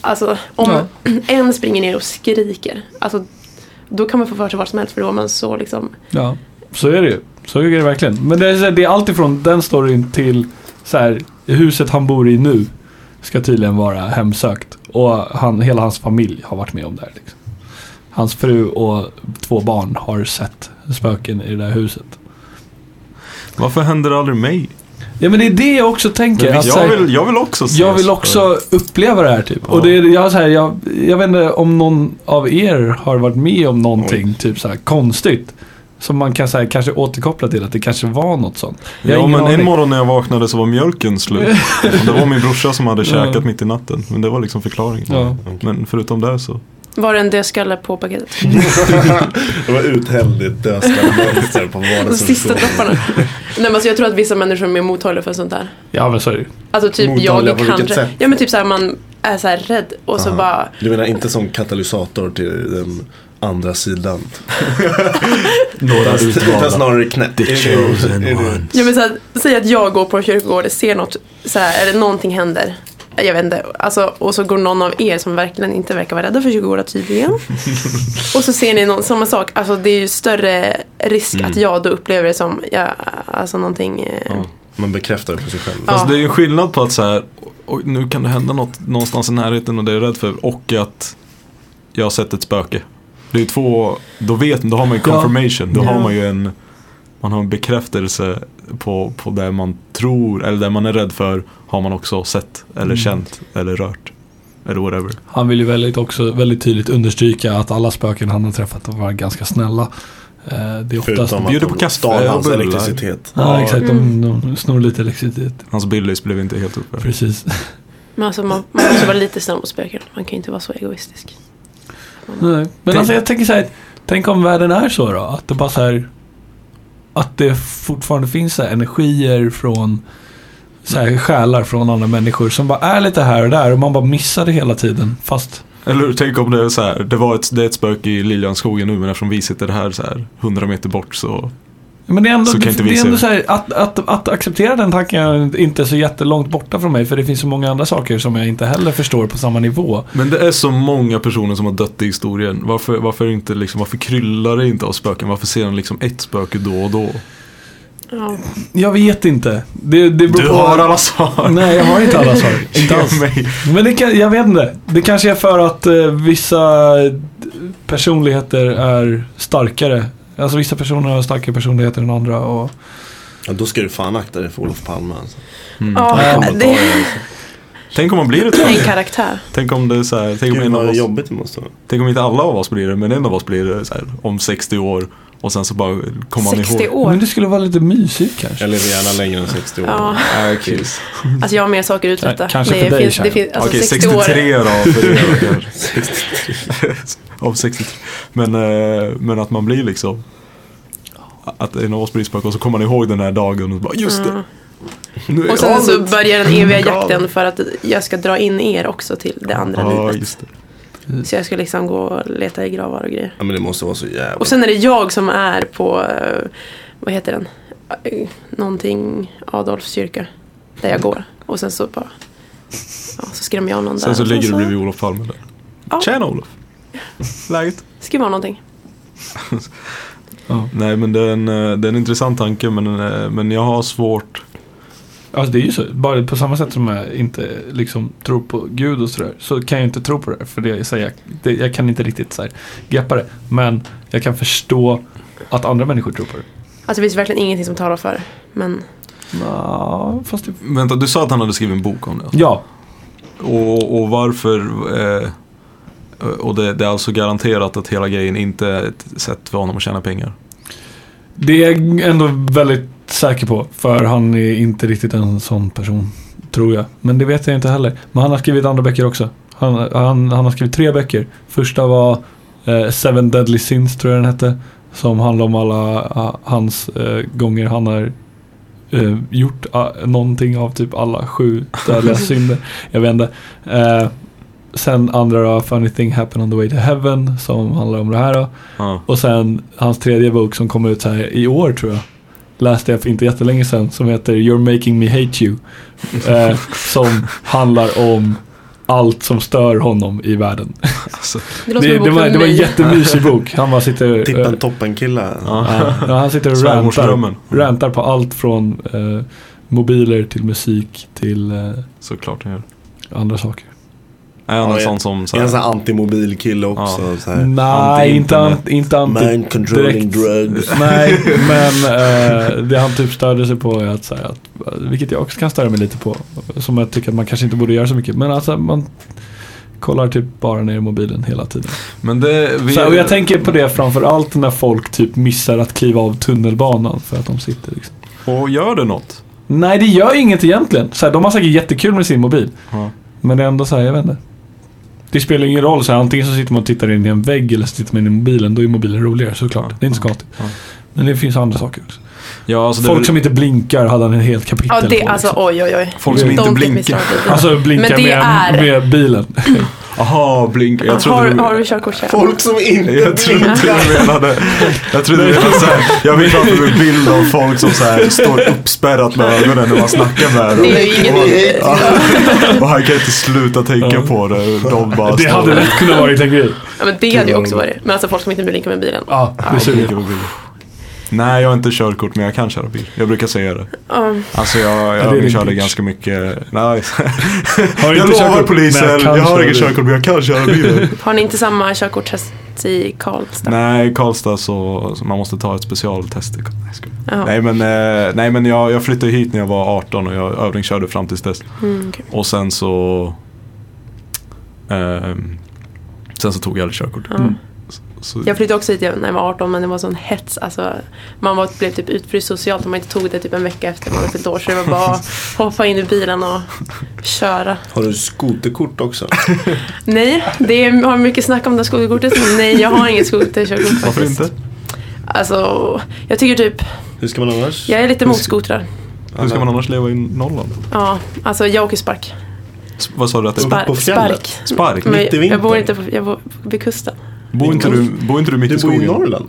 Speaker 5: Alltså om en springer ner och skriker, alltså då kan man få för sig vad som helst för då är man så liksom
Speaker 3: Ja. Så är det ju. Så är det verkligen. Men det är, så här, det är alltifrån den storyn till så här, huset han bor i nu ska tydligen vara hemsökt. Och han, hela hans familj har varit med om det här. Liksom. Hans fru och två barn har sett spöken i det där huset.
Speaker 2: Varför händer det aldrig mig?
Speaker 3: Ja men det är det jag också tänker.
Speaker 2: Men
Speaker 3: att
Speaker 2: visst,
Speaker 3: så här-
Speaker 2: jag, vill, jag vill också se
Speaker 3: alltså- Jag vill
Speaker 2: spöken.
Speaker 3: också uppleva det här typ.
Speaker 2: Ja.
Speaker 3: Och det är, jag, så här, jag, jag vet inte om någon av er har varit med om någonting typ så här, konstigt. Som man kan så här, kanske återkoppla till att det kanske var något sånt. Jag har
Speaker 2: Ja
Speaker 3: ingen
Speaker 2: men en
Speaker 3: aning.
Speaker 2: morgon när jag vaknade så var mjölken slut. Det var min brorsa som hade käkat mitt i natten. Men det var liksom förklaringen.
Speaker 3: Ja.
Speaker 2: Men förutom det så.
Speaker 5: Var det en dödskalle på paketet?
Speaker 4: det var uthälld i ett dödskallemönster på
Speaker 5: De sista
Speaker 4: vardagsrummet.
Speaker 5: dropparna. Nej men alltså jag tror att vissa människor är mer mottagliga för sånt där.
Speaker 3: Ja men så är det ju.
Speaker 5: Alltså typ
Speaker 4: Mottagliga
Speaker 5: jag
Speaker 4: på vilket
Speaker 5: kanske.
Speaker 4: sätt?
Speaker 5: Ja men typ såhär man är såhär rädd och så
Speaker 4: Aha.
Speaker 5: bara
Speaker 4: Du menar inte som katalysator till den andra sidan?
Speaker 2: Några
Speaker 4: Utan snarare knäpp. Är det- är det-
Speaker 5: Ja, men så här, säg att jag går på en kyrkogård, ser något, så här, eller någonting händer. Jag vet inte. Alltså, och så går någon av er som verkligen inte verkar vara rädda för kyrkogårdar tydligen. och så ser ni någon, samma sak. Alltså det är ju större risk
Speaker 4: Mm.
Speaker 5: att jag då upplever det som ja, alltså någonting. eh,
Speaker 4: Man bekräftar det på sig själv.
Speaker 2: Fast
Speaker 5: Ja.
Speaker 2: Alltså, det är ju en skillnad på att så här, oj, nu kan det hända något någonstans i närheten och det är jag rädd för. Och att jag har sett ett spöke. Det är ju två, då vet då har man ju
Speaker 3: Ja.
Speaker 2: confirmation. Då har
Speaker 3: Ja.
Speaker 2: man ju en, man har en bekräftelse på, på det man tror eller det man är rädd för. Har man också sett eller
Speaker 3: Mm.
Speaker 2: känt eller rört. Eller whatever.
Speaker 3: Han vill ju väldigt, också, väldigt tydligt understryka att alla spöken han har träffat har varit ganska snälla. Eh, det är oftast...
Speaker 4: Förutom att
Speaker 2: bjuder på
Speaker 4: de
Speaker 2: kaffe
Speaker 4: stal
Speaker 2: och
Speaker 4: hans
Speaker 2: bullar.
Speaker 4: elektricitet.
Speaker 3: Ja exakt, de, de snor lite elektricitet.
Speaker 2: Hans Billys blev inte helt uppe.
Speaker 3: Precis.
Speaker 5: Men alltså man, man måste vara lite snabb på spöken. Man kan ju inte vara så egoistisk.
Speaker 3: Nej. Men alltså jag tänker så här, tänk om världen är så då? Att det bara så här, att det fortfarande finns så här energier från så
Speaker 2: Mm.
Speaker 3: här, själar från andra människor som bara är lite här och där och man bara missar det hela tiden. Fast,
Speaker 2: Eller hur? tänk om det är så här, det, var ett, det är ett spöke i Liljanskogen nu men eftersom vi sitter här så här 100 meter bort så
Speaker 3: Men det är ändå,
Speaker 2: Så kan inte vi
Speaker 3: det är ändå
Speaker 2: se
Speaker 3: så här, att, att, att acceptera den tanken är inte så jättelångt borta från mig. För det finns så många andra saker som jag inte heller förstår på samma nivå.
Speaker 2: Men det är så många personer som har dött i historien. Varför, varför, inte, liksom, varför kryllar det inte av spöken? Varför ser man liksom ett spöke då och då?
Speaker 5: Ja.
Speaker 3: Jag vet inte. Det, det beror
Speaker 2: Du
Speaker 3: på-
Speaker 2: har alla svar!
Speaker 3: Nej, jag har inte alla svar. inte alls.
Speaker 2: Ge mig.
Speaker 3: Men det kan, jag vet inte. Det kanske är för att eh, vissa personligheter är starkare. Alltså vissa personer har starkare personligheter än andra. Och,
Speaker 4: Ja, då ska du fan akta dig för Olof Palme alltså.
Speaker 2: Mm.
Speaker 5: Ja,
Speaker 4: Kommentarer,
Speaker 5: det är
Speaker 4: alltså.
Speaker 2: Tänk om man blir ett
Speaker 5: en
Speaker 2: spöke.
Speaker 5: karaktär.
Speaker 2: Tänk om det är så här, tänk om,
Speaker 4: Gud
Speaker 2: en av
Speaker 4: vad
Speaker 2: oss,
Speaker 4: jobbigt det måste vara.
Speaker 2: tänk om inte alla av oss blir det, men en av oss blir det så här, om 60 år. Och sen så bara kommer man
Speaker 5: 60
Speaker 2: ihåg.
Speaker 3: men
Speaker 5: år.
Speaker 3: det skulle vara lite mysigt kanske.
Speaker 4: Jag lever gärna längre än 60 år.
Speaker 5: Ja.
Speaker 2: Nej, okej. Mm.
Speaker 5: Alltså jag har mer saker att uträtta.
Speaker 3: K- kanske för dig,
Speaker 5: finns,
Speaker 3: Sharon.
Speaker 5: det finns, alltså
Speaker 2: Okej,
Speaker 5: 60 år.
Speaker 2: 63 då. För det, kanske. Av 63. Men, eh, men att man blir liksom att en av oss blir spöke och så kommer man ihåg den här dagen och bara just det. Nu är
Speaker 5: Mm. Och sen
Speaker 2: jag
Speaker 5: så
Speaker 2: ett-
Speaker 5: börjar den eviga
Speaker 2: Galet.
Speaker 5: jakten för att jag ska dra in er också till det andra
Speaker 2: Ja,
Speaker 5: livet.
Speaker 2: just det.
Speaker 5: Så jag ska liksom gå och leta i gravar och grejer.
Speaker 4: Ja, men det måste vara så jävla...
Speaker 5: Och sen är det jag som är på, eh, vad heter den? Eh, Någonting Adolfs kyrka. Där jag går. Och sen så bara, ja, så skrämmer jag någon där.
Speaker 2: Sen så
Speaker 5: Och
Speaker 2: ligger du bredvid Olof Palme där.
Speaker 5: Ja.
Speaker 2: Tjena Olof! Läget?
Speaker 5: Ska vara någonting.
Speaker 2: Nej men det är en, eh, det är en intressant tanke men, eh, men jag har svårt
Speaker 3: Alltså det är ju så. Bara på samma sätt som jag inte liksom tror på Gud och sådär. Så kan jag inte tro på det. För det, är så här, jag, det, jag kan inte riktigt så här, greppa det. Men jag kan förstå att andra människor tror på det.
Speaker 5: Alltså det finns verkligen ingenting som talar för det. Men
Speaker 3: Nå, fast det,
Speaker 2: Vänta, du sa att han hade skrivit en bok om det?
Speaker 3: ja,
Speaker 2: Och, och varför? Eh, och det, det är alltså garanterat att hela grejen inte är ett sätt för honom att tjäna pengar?
Speaker 3: Det är jag ändå väldigt säker på. För han är inte riktigt en sån person. Tror jag. Men det vet jag inte heller. Men han har skrivit andra böcker också. Han, han, han har skrivit tre böcker. Första var eh, Seven Deadly Sins tror jag den hette. Som handlar om alla ah, hans eh, gånger han har eh, gjort ah, någonting av typ alla sju dödliga synder. Jag vet inte. Eh, sen andra då, Funny Thing Happened on the Way to Heaven. Som handlar om det här då.
Speaker 2: Ja.
Speaker 3: Och sen hans tredje bok som kom ut så här i år tror jag. Läste jag för inte jättelänge sedan som heter You're making me hate you. Eh, som handlar om allt som stör honom i världen.
Speaker 2: Alltså,
Speaker 5: det
Speaker 3: Det,
Speaker 5: låter som
Speaker 3: det,
Speaker 5: en bok
Speaker 3: var,
Speaker 5: för
Speaker 3: det var en
Speaker 5: mig.
Speaker 3: jättemysig bok. Han bara sitter... eh,
Speaker 4: Tippen toppen-killar.
Speaker 2: ja.
Speaker 3: ja, han sitter och rantar,
Speaker 2: Svärmorsdrömmen.
Speaker 3: rantar på allt från eh, mobiler till musik till eh,
Speaker 2: Såklart han gör.
Speaker 3: andra saker.
Speaker 2: Är han
Speaker 4: Ja,
Speaker 2: en
Speaker 4: jag-
Speaker 2: sån som så
Speaker 4: Är han
Speaker 2: här,
Speaker 4: sån här antimobil-kille också?
Speaker 2: Ja.
Speaker 4: Så här,
Speaker 3: Nej, inte,
Speaker 2: anti-internet.
Speaker 3: anti- inte anti
Speaker 4: man controlling
Speaker 3: direkt.
Speaker 4: drugs.
Speaker 3: Nej, men eh, det han typ störde sig på är att, så här, att, vilket jag också kan störa mig lite på, som jag tycker att man kanske inte borde göra så mycket, men alltså man kollar typ bara ner i mobilen hela tiden.
Speaker 2: Men det... Vi,
Speaker 3: Så, här, och jag tänker på det framförallt när folk typ missar att kliva av tunnelbanan för att de sitter liksom.
Speaker 2: och gör det något?
Speaker 3: Nej, det gör inget egentligen. Så här, de har säkert jättekul med sin mobil,
Speaker 2: Ja.
Speaker 3: men det är ändå så här, jag vet inte. Det spelar ingen roll, så här, antingen så sitter man och tittar in i en vägg eller så sitter man in i mobilen, då är mobilen roligare såklart.
Speaker 2: Ja,
Speaker 3: Det är inte så
Speaker 2: ja,
Speaker 3: konstigt.
Speaker 2: ja.
Speaker 3: Men det finns andra saker också.
Speaker 2: Ja, alltså det,
Speaker 3: Folk som inte blinkar hade han en helt kapitel
Speaker 5: Ja, det,
Speaker 3: på.
Speaker 5: alltså
Speaker 3: liksom.
Speaker 5: oj, oj, oj.
Speaker 2: folk som inte
Speaker 5: Don't get me
Speaker 2: blinkar.
Speaker 5: started.
Speaker 3: alltså blinka
Speaker 5: Men det
Speaker 3: med,
Speaker 5: är-
Speaker 3: med bilen.
Speaker 2: Aha, blink. Jag trodde
Speaker 5: har,
Speaker 2: du,
Speaker 5: har du körkort Sharon?
Speaker 4: Folk som inte
Speaker 2: jag trodde
Speaker 4: dricker.
Speaker 2: du menade... Jag trodde du menade såhär... Jag vill framför mig en bild av folk som så här står uppspärrat med ögonen när man snackar med
Speaker 5: Det
Speaker 2: dem.
Speaker 5: är ju inget
Speaker 2: Ja. Och han kan inte sluta tänka
Speaker 3: Ja.
Speaker 2: på det. De bara
Speaker 3: Det hade lätt kunnat varit en grej.
Speaker 5: ja, men det hade ju också varit. Men alltså folk som inte blinkar med bilen.
Speaker 3: Ja, det ser
Speaker 2: Tänker
Speaker 3: ut.
Speaker 2: på bil. Nej, jag har inte körkort men jag kan köra bil. Jag brukar säga det.
Speaker 5: Ja.
Speaker 2: Alltså jag,
Speaker 3: det är
Speaker 2: jag
Speaker 3: din
Speaker 2: övningskörde
Speaker 3: pitch.
Speaker 2: ganska mycket. Nej.
Speaker 3: Har
Speaker 2: Jag
Speaker 3: inte
Speaker 2: lovar
Speaker 3: körkort,
Speaker 2: polisen,
Speaker 3: men
Speaker 2: jag,
Speaker 3: kan
Speaker 2: har
Speaker 3: köra
Speaker 2: inget
Speaker 3: bil.
Speaker 2: körkort men jag kan köra bil.
Speaker 5: Har ni inte samma körkortstest i Karlstad?
Speaker 2: nej, i Karlstad så, så man måste ta ett specialtest. i Karl- Nej, jag skojar.
Speaker 5: Ja.
Speaker 2: Nej men, eh, nej, men jag, jag flyttade hit när jag var 18 och jag övningskörde fram tills dess.
Speaker 5: Mm, okej.
Speaker 2: Och sen så ehm, Sen så tog jag aldrig körkort.
Speaker 5: Ja.
Speaker 2: Så,
Speaker 5: Jag flyttade också hit när jag var 18 men det var sån hets. Alltså, man var, blev typ utfryst socialt om man inte tog det typ en vecka efter man hade fyllt år. Så det var bara att hoppa in i bilen och köra.
Speaker 4: Har du skoterkort också?
Speaker 5: Nej, det är, har mycket snack om det skoterkortet. Men nej, jag har inget skoterkörkort faktiskt.
Speaker 2: varför inte?
Speaker 5: Alltså, jag tycker typ,
Speaker 4: Hur ska man annars?
Speaker 5: jag är lite emot skotrar.
Speaker 2: Hur ska man annars leva i Norrland?
Speaker 5: Ja, alltså jag åker spark.
Speaker 2: S- vad sa du att det
Speaker 4: Spark.
Speaker 5: Spark.
Speaker 4: på fjället?
Speaker 5: spark.
Speaker 2: Spark?
Speaker 5: Men
Speaker 4: mitt i
Speaker 5: jag bor
Speaker 4: vintern?
Speaker 5: inte på, jag bor vid kusten.
Speaker 2: Bor inte, du, bor inte du mitt i
Speaker 4: Du bor
Speaker 2: skogen?
Speaker 4: i Norrland.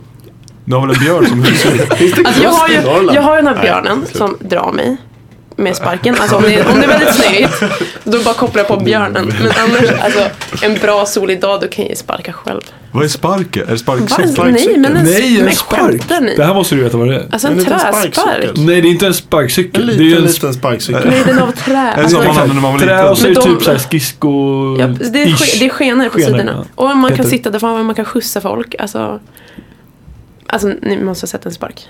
Speaker 2: Du har väl en björn som husdjur?
Speaker 5: Alltså jag, har ju,
Speaker 4: i Norrland?
Speaker 5: jag har ju den här
Speaker 4: Nej,
Speaker 5: björnen
Speaker 4: slut.
Speaker 5: som drar mig med sparken. Alltså om det, om det är väldigt snöigt, då bara kopplar jag på björnen.
Speaker 4: Mm.
Speaker 5: Men annars, alltså en bra solig dag, då kan jag ju sparka själv.
Speaker 2: Vad är sparke? Är det sparkcykel?
Speaker 5: Va? Nej, men en,
Speaker 3: Nej, en
Speaker 5: men
Speaker 3: spark!
Speaker 5: skämtar ni?
Speaker 3: Det här måste du veta vad det är.
Speaker 5: Alltså
Speaker 4: En
Speaker 5: en,
Speaker 4: liten
Speaker 5: träspark.
Speaker 4: sparkcykel.
Speaker 3: Nej, det är inte en
Speaker 4: En
Speaker 3: sparkcykel.
Speaker 4: liten,
Speaker 3: det är en
Speaker 4: liten sparkcykel.
Speaker 5: Nej, den av trä.
Speaker 2: Är det
Speaker 5: Alltså,
Speaker 2: som man
Speaker 5: exakt.
Speaker 2: använder när man var
Speaker 3: trä
Speaker 2: liten?
Speaker 3: och så är det
Speaker 5: Men de-
Speaker 3: typ såhär skridsko...
Speaker 5: Ja, det, är, ske- det är skenor på
Speaker 3: Skenor,
Speaker 5: sidorna. Och man kan sitta där framme, man kan skjutsa folk. Alltså, alltså ni måste ha sett en spark.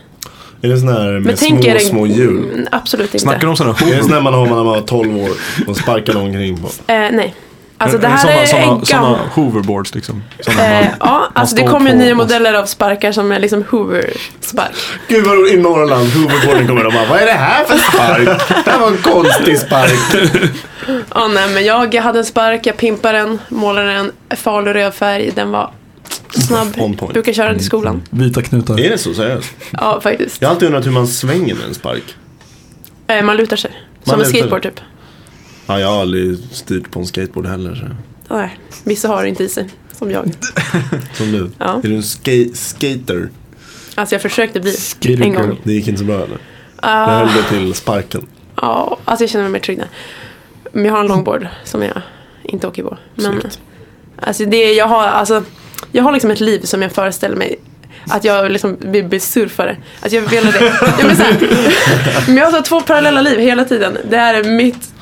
Speaker 4: Är det sån här med
Speaker 5: Men
Speaker 4: små,
Speaker 5: tänk er en...
Speaker 4: små hjul?
Speaker 5: Mm, Absolut inte.
Speaker 2: Snackar de om sådana
Speaker 4: Är det
Speaker 2: horn?
Speaker 4: sån här man har när man var 12 år och sparkade omkring på?
Speaker 5: Eh, nej. Alltså det
Speaker 2: Är
Speaker 5: här är, en
Speaker 2: såna,
Speaker 5: gammal...
Speaker 2: såna hoverboards liksom? Såna
Speaker 5: Eh,
Speaker 2: man,
Speaker 5: ja, alltså det
Speaker 2: står
Speaker 5: kommer ju
Speaker 2: på
Speaker 5: nya
Speaker 2: och-
Speaker 5: modeller av sparkar som är liksom hoover-spark.
Speaker 4: Gud vad roligt, i Norrland, huvudgården kommer de bara Vad är det här för spark? Det här var en konstig spark.
Speaker 5: Ja, nej men jag hade en spark, jag pimpade den, målade den, farlig rödfärg, den var snabb.
Speaker 4: On point. Mm.
Speaker 5: Brukar köra den till skolan.
Speaker 3: Vita knutar.
Speaker 4: Är det så seriöst?
Speaker 5: Ja, faktiskt.
Speaker 4: Jag har alltid undrat hur man svänger med en spark.
Speaker 5: Eh, man lutar sig.
Speaker 4: Man
Speaker 5: Som en
Speaker 4: lutar sig.
Speaker 5: skateboard typ.
Speaker 4: Ja, jag har aldrig styrt på en skateboard heller. Så.
Speaker 5: Nej, vissa har det inte i sig. Som jag.
Speaker 4: Som du.
Speaker 5: Ja.
Speaker 4: Är du en ska- skater?
Speaker 5: Alltså jag försökte bli.
Speaker 3: Skater
Speaker 5: en
Speaker 3: girl.
Speaker 5: gång.
Speaker 4: Det gick inte så bra eller? Jag
Speaker 5: Ah,
Speaker 4: höll det till sparken.
Speaker 5: ja, alltså jag känner mig mer trygg där. Men jag har en longboard som jag inte åker på. Men, alltså det, jag, har, alltså, jag har liksom ett liv som jag föreställer mig att jag liksom blir besurfare. Att Alltså jag vill det. Ja, men, så här, men jag har så här två parallella liv hela tiden. Det här är mitt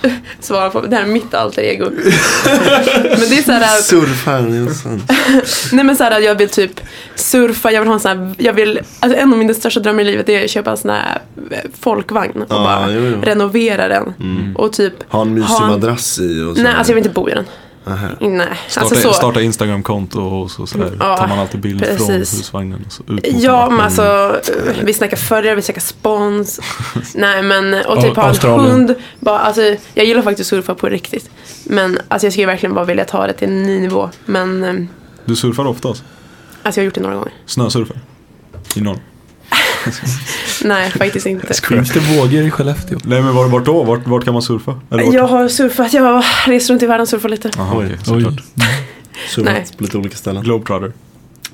Speaker 5: svar på, det här är mitt alter ego. Men det är så här,
Speaker 4: Surfaren Nilsson.
Speaker 5: Nej men såhär, jag vill typ surfa, jag vill ha en sån här, jag vill, alltså en av mina största drömmar i livet är att köpa en sån här eh, folkvagn och
Speaker 4: Ja,
Speaker 5: bara
Speaker 4: jo, Mm. jo.
Speaker 5: renovera den. Och typ,
Speaker 4: Ha en mysig
Speaker 5: Ha en-
Speaker 4: madrass i och så.
Speaker 5: nej alltså jag vill inte bo i den.
Speaker 4: Aha.
Speaker 5: Nej,
Speaker 2: Starta,
Speaker 5: alltså så.
Speaker 2: starta Instagram-konto och så, sådär,
Speaker 5: Ja,
Speaker 2: tar man alltid bild från
Speaker 5: precis.
Speaker 2: husvagnen. Och så ut mot Mm.
Speaker 5: Ja
Speaker 2: vattnet.
Speaker 5: men alltså, eh, vi snackar följare, vi snackar spons. Nej men, och typ
Speaker 3: Ja,
Speaker 5: ha en
Speaker 3: Australien.
Speaker 5: hund. Bara, alltså, jag gillar faktiskt att surfa på riktigt. Men alltså jag skulle verkligen bara vilja ta det till en ny nivå. Men, eh,
Speaker 2: Du surfar oftast?
Speaker 5: alltså jag har gjort det några gånger.
Speaker 2: Snösurfar? I norr?
Speaker 5: Nej faktiskt inte.
Speaker 3: Finns det vågor i Skellefteå?
Speaker 2: Nej men var, vart då? Vart, vart kan man surfa? Eller vart?
Speaker 5: Jag har surfat, jag har rest runt i världen och surfat lite.
Speaker 2: Aha, okej,
Speaker 4: Oj.
Speaker 2: såklart.
Speaker 5: Nej.
Speaker 4: Surfat på lite olika ställen.
Speaker 2: Globetrotter.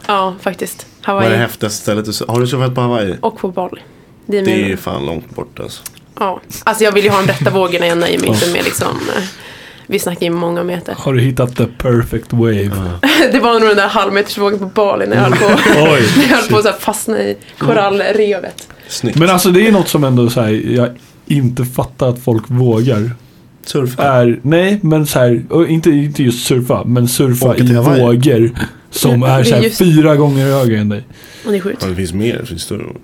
Speaker 5: Ja, faktiskt.
Speaker 4: Vad är det
Speaker 5: Hawaii
Speaker 4: häftigaste stället du sur- Har du surfat på Hawaii?
Speaker 5: och på Bali. Det är
Speaker 4: Det är
Speaker 5: min,
Speaker 4: fan långt bort alltså.
Speaker 5: ja. Alltså jag vill ju ha de rätta vågorna, jag nöjer mig inte med liksom eh, vi snackar ju många meter.
Speaker 3: Har du hittat the perfect wave?
Speaker 5: Det var nog den där halvmetersvågen på Bali när jag höll på,
Speaker 3: Oj.
Speaker 5: när jag höll på att fastna i korallrevet.
Speaker 4: Snyggt.
Speaker 3: Men alltså det är något som ändå så här, jag inte fattar att folk vågar.
Speaker 4: Surfa.
Speaker 3: Är, nej, men så här, och inte, inte just surfa, men surfa
Speaker 4: Åka till
Speaker 3: i
Speaker 4: Hawaii.
Speaker 3: vågor som
Speaker 5: Ja, det
Speaker 3: är
Speaker 5: är
Speaker 3: så här,
Speaker 5: just-
Speaker 3: fyra gånger högre än dig.
Speaker 5: Och det är sjukt.
Speaker 4: Ja, det finns mer, det finns större vågor.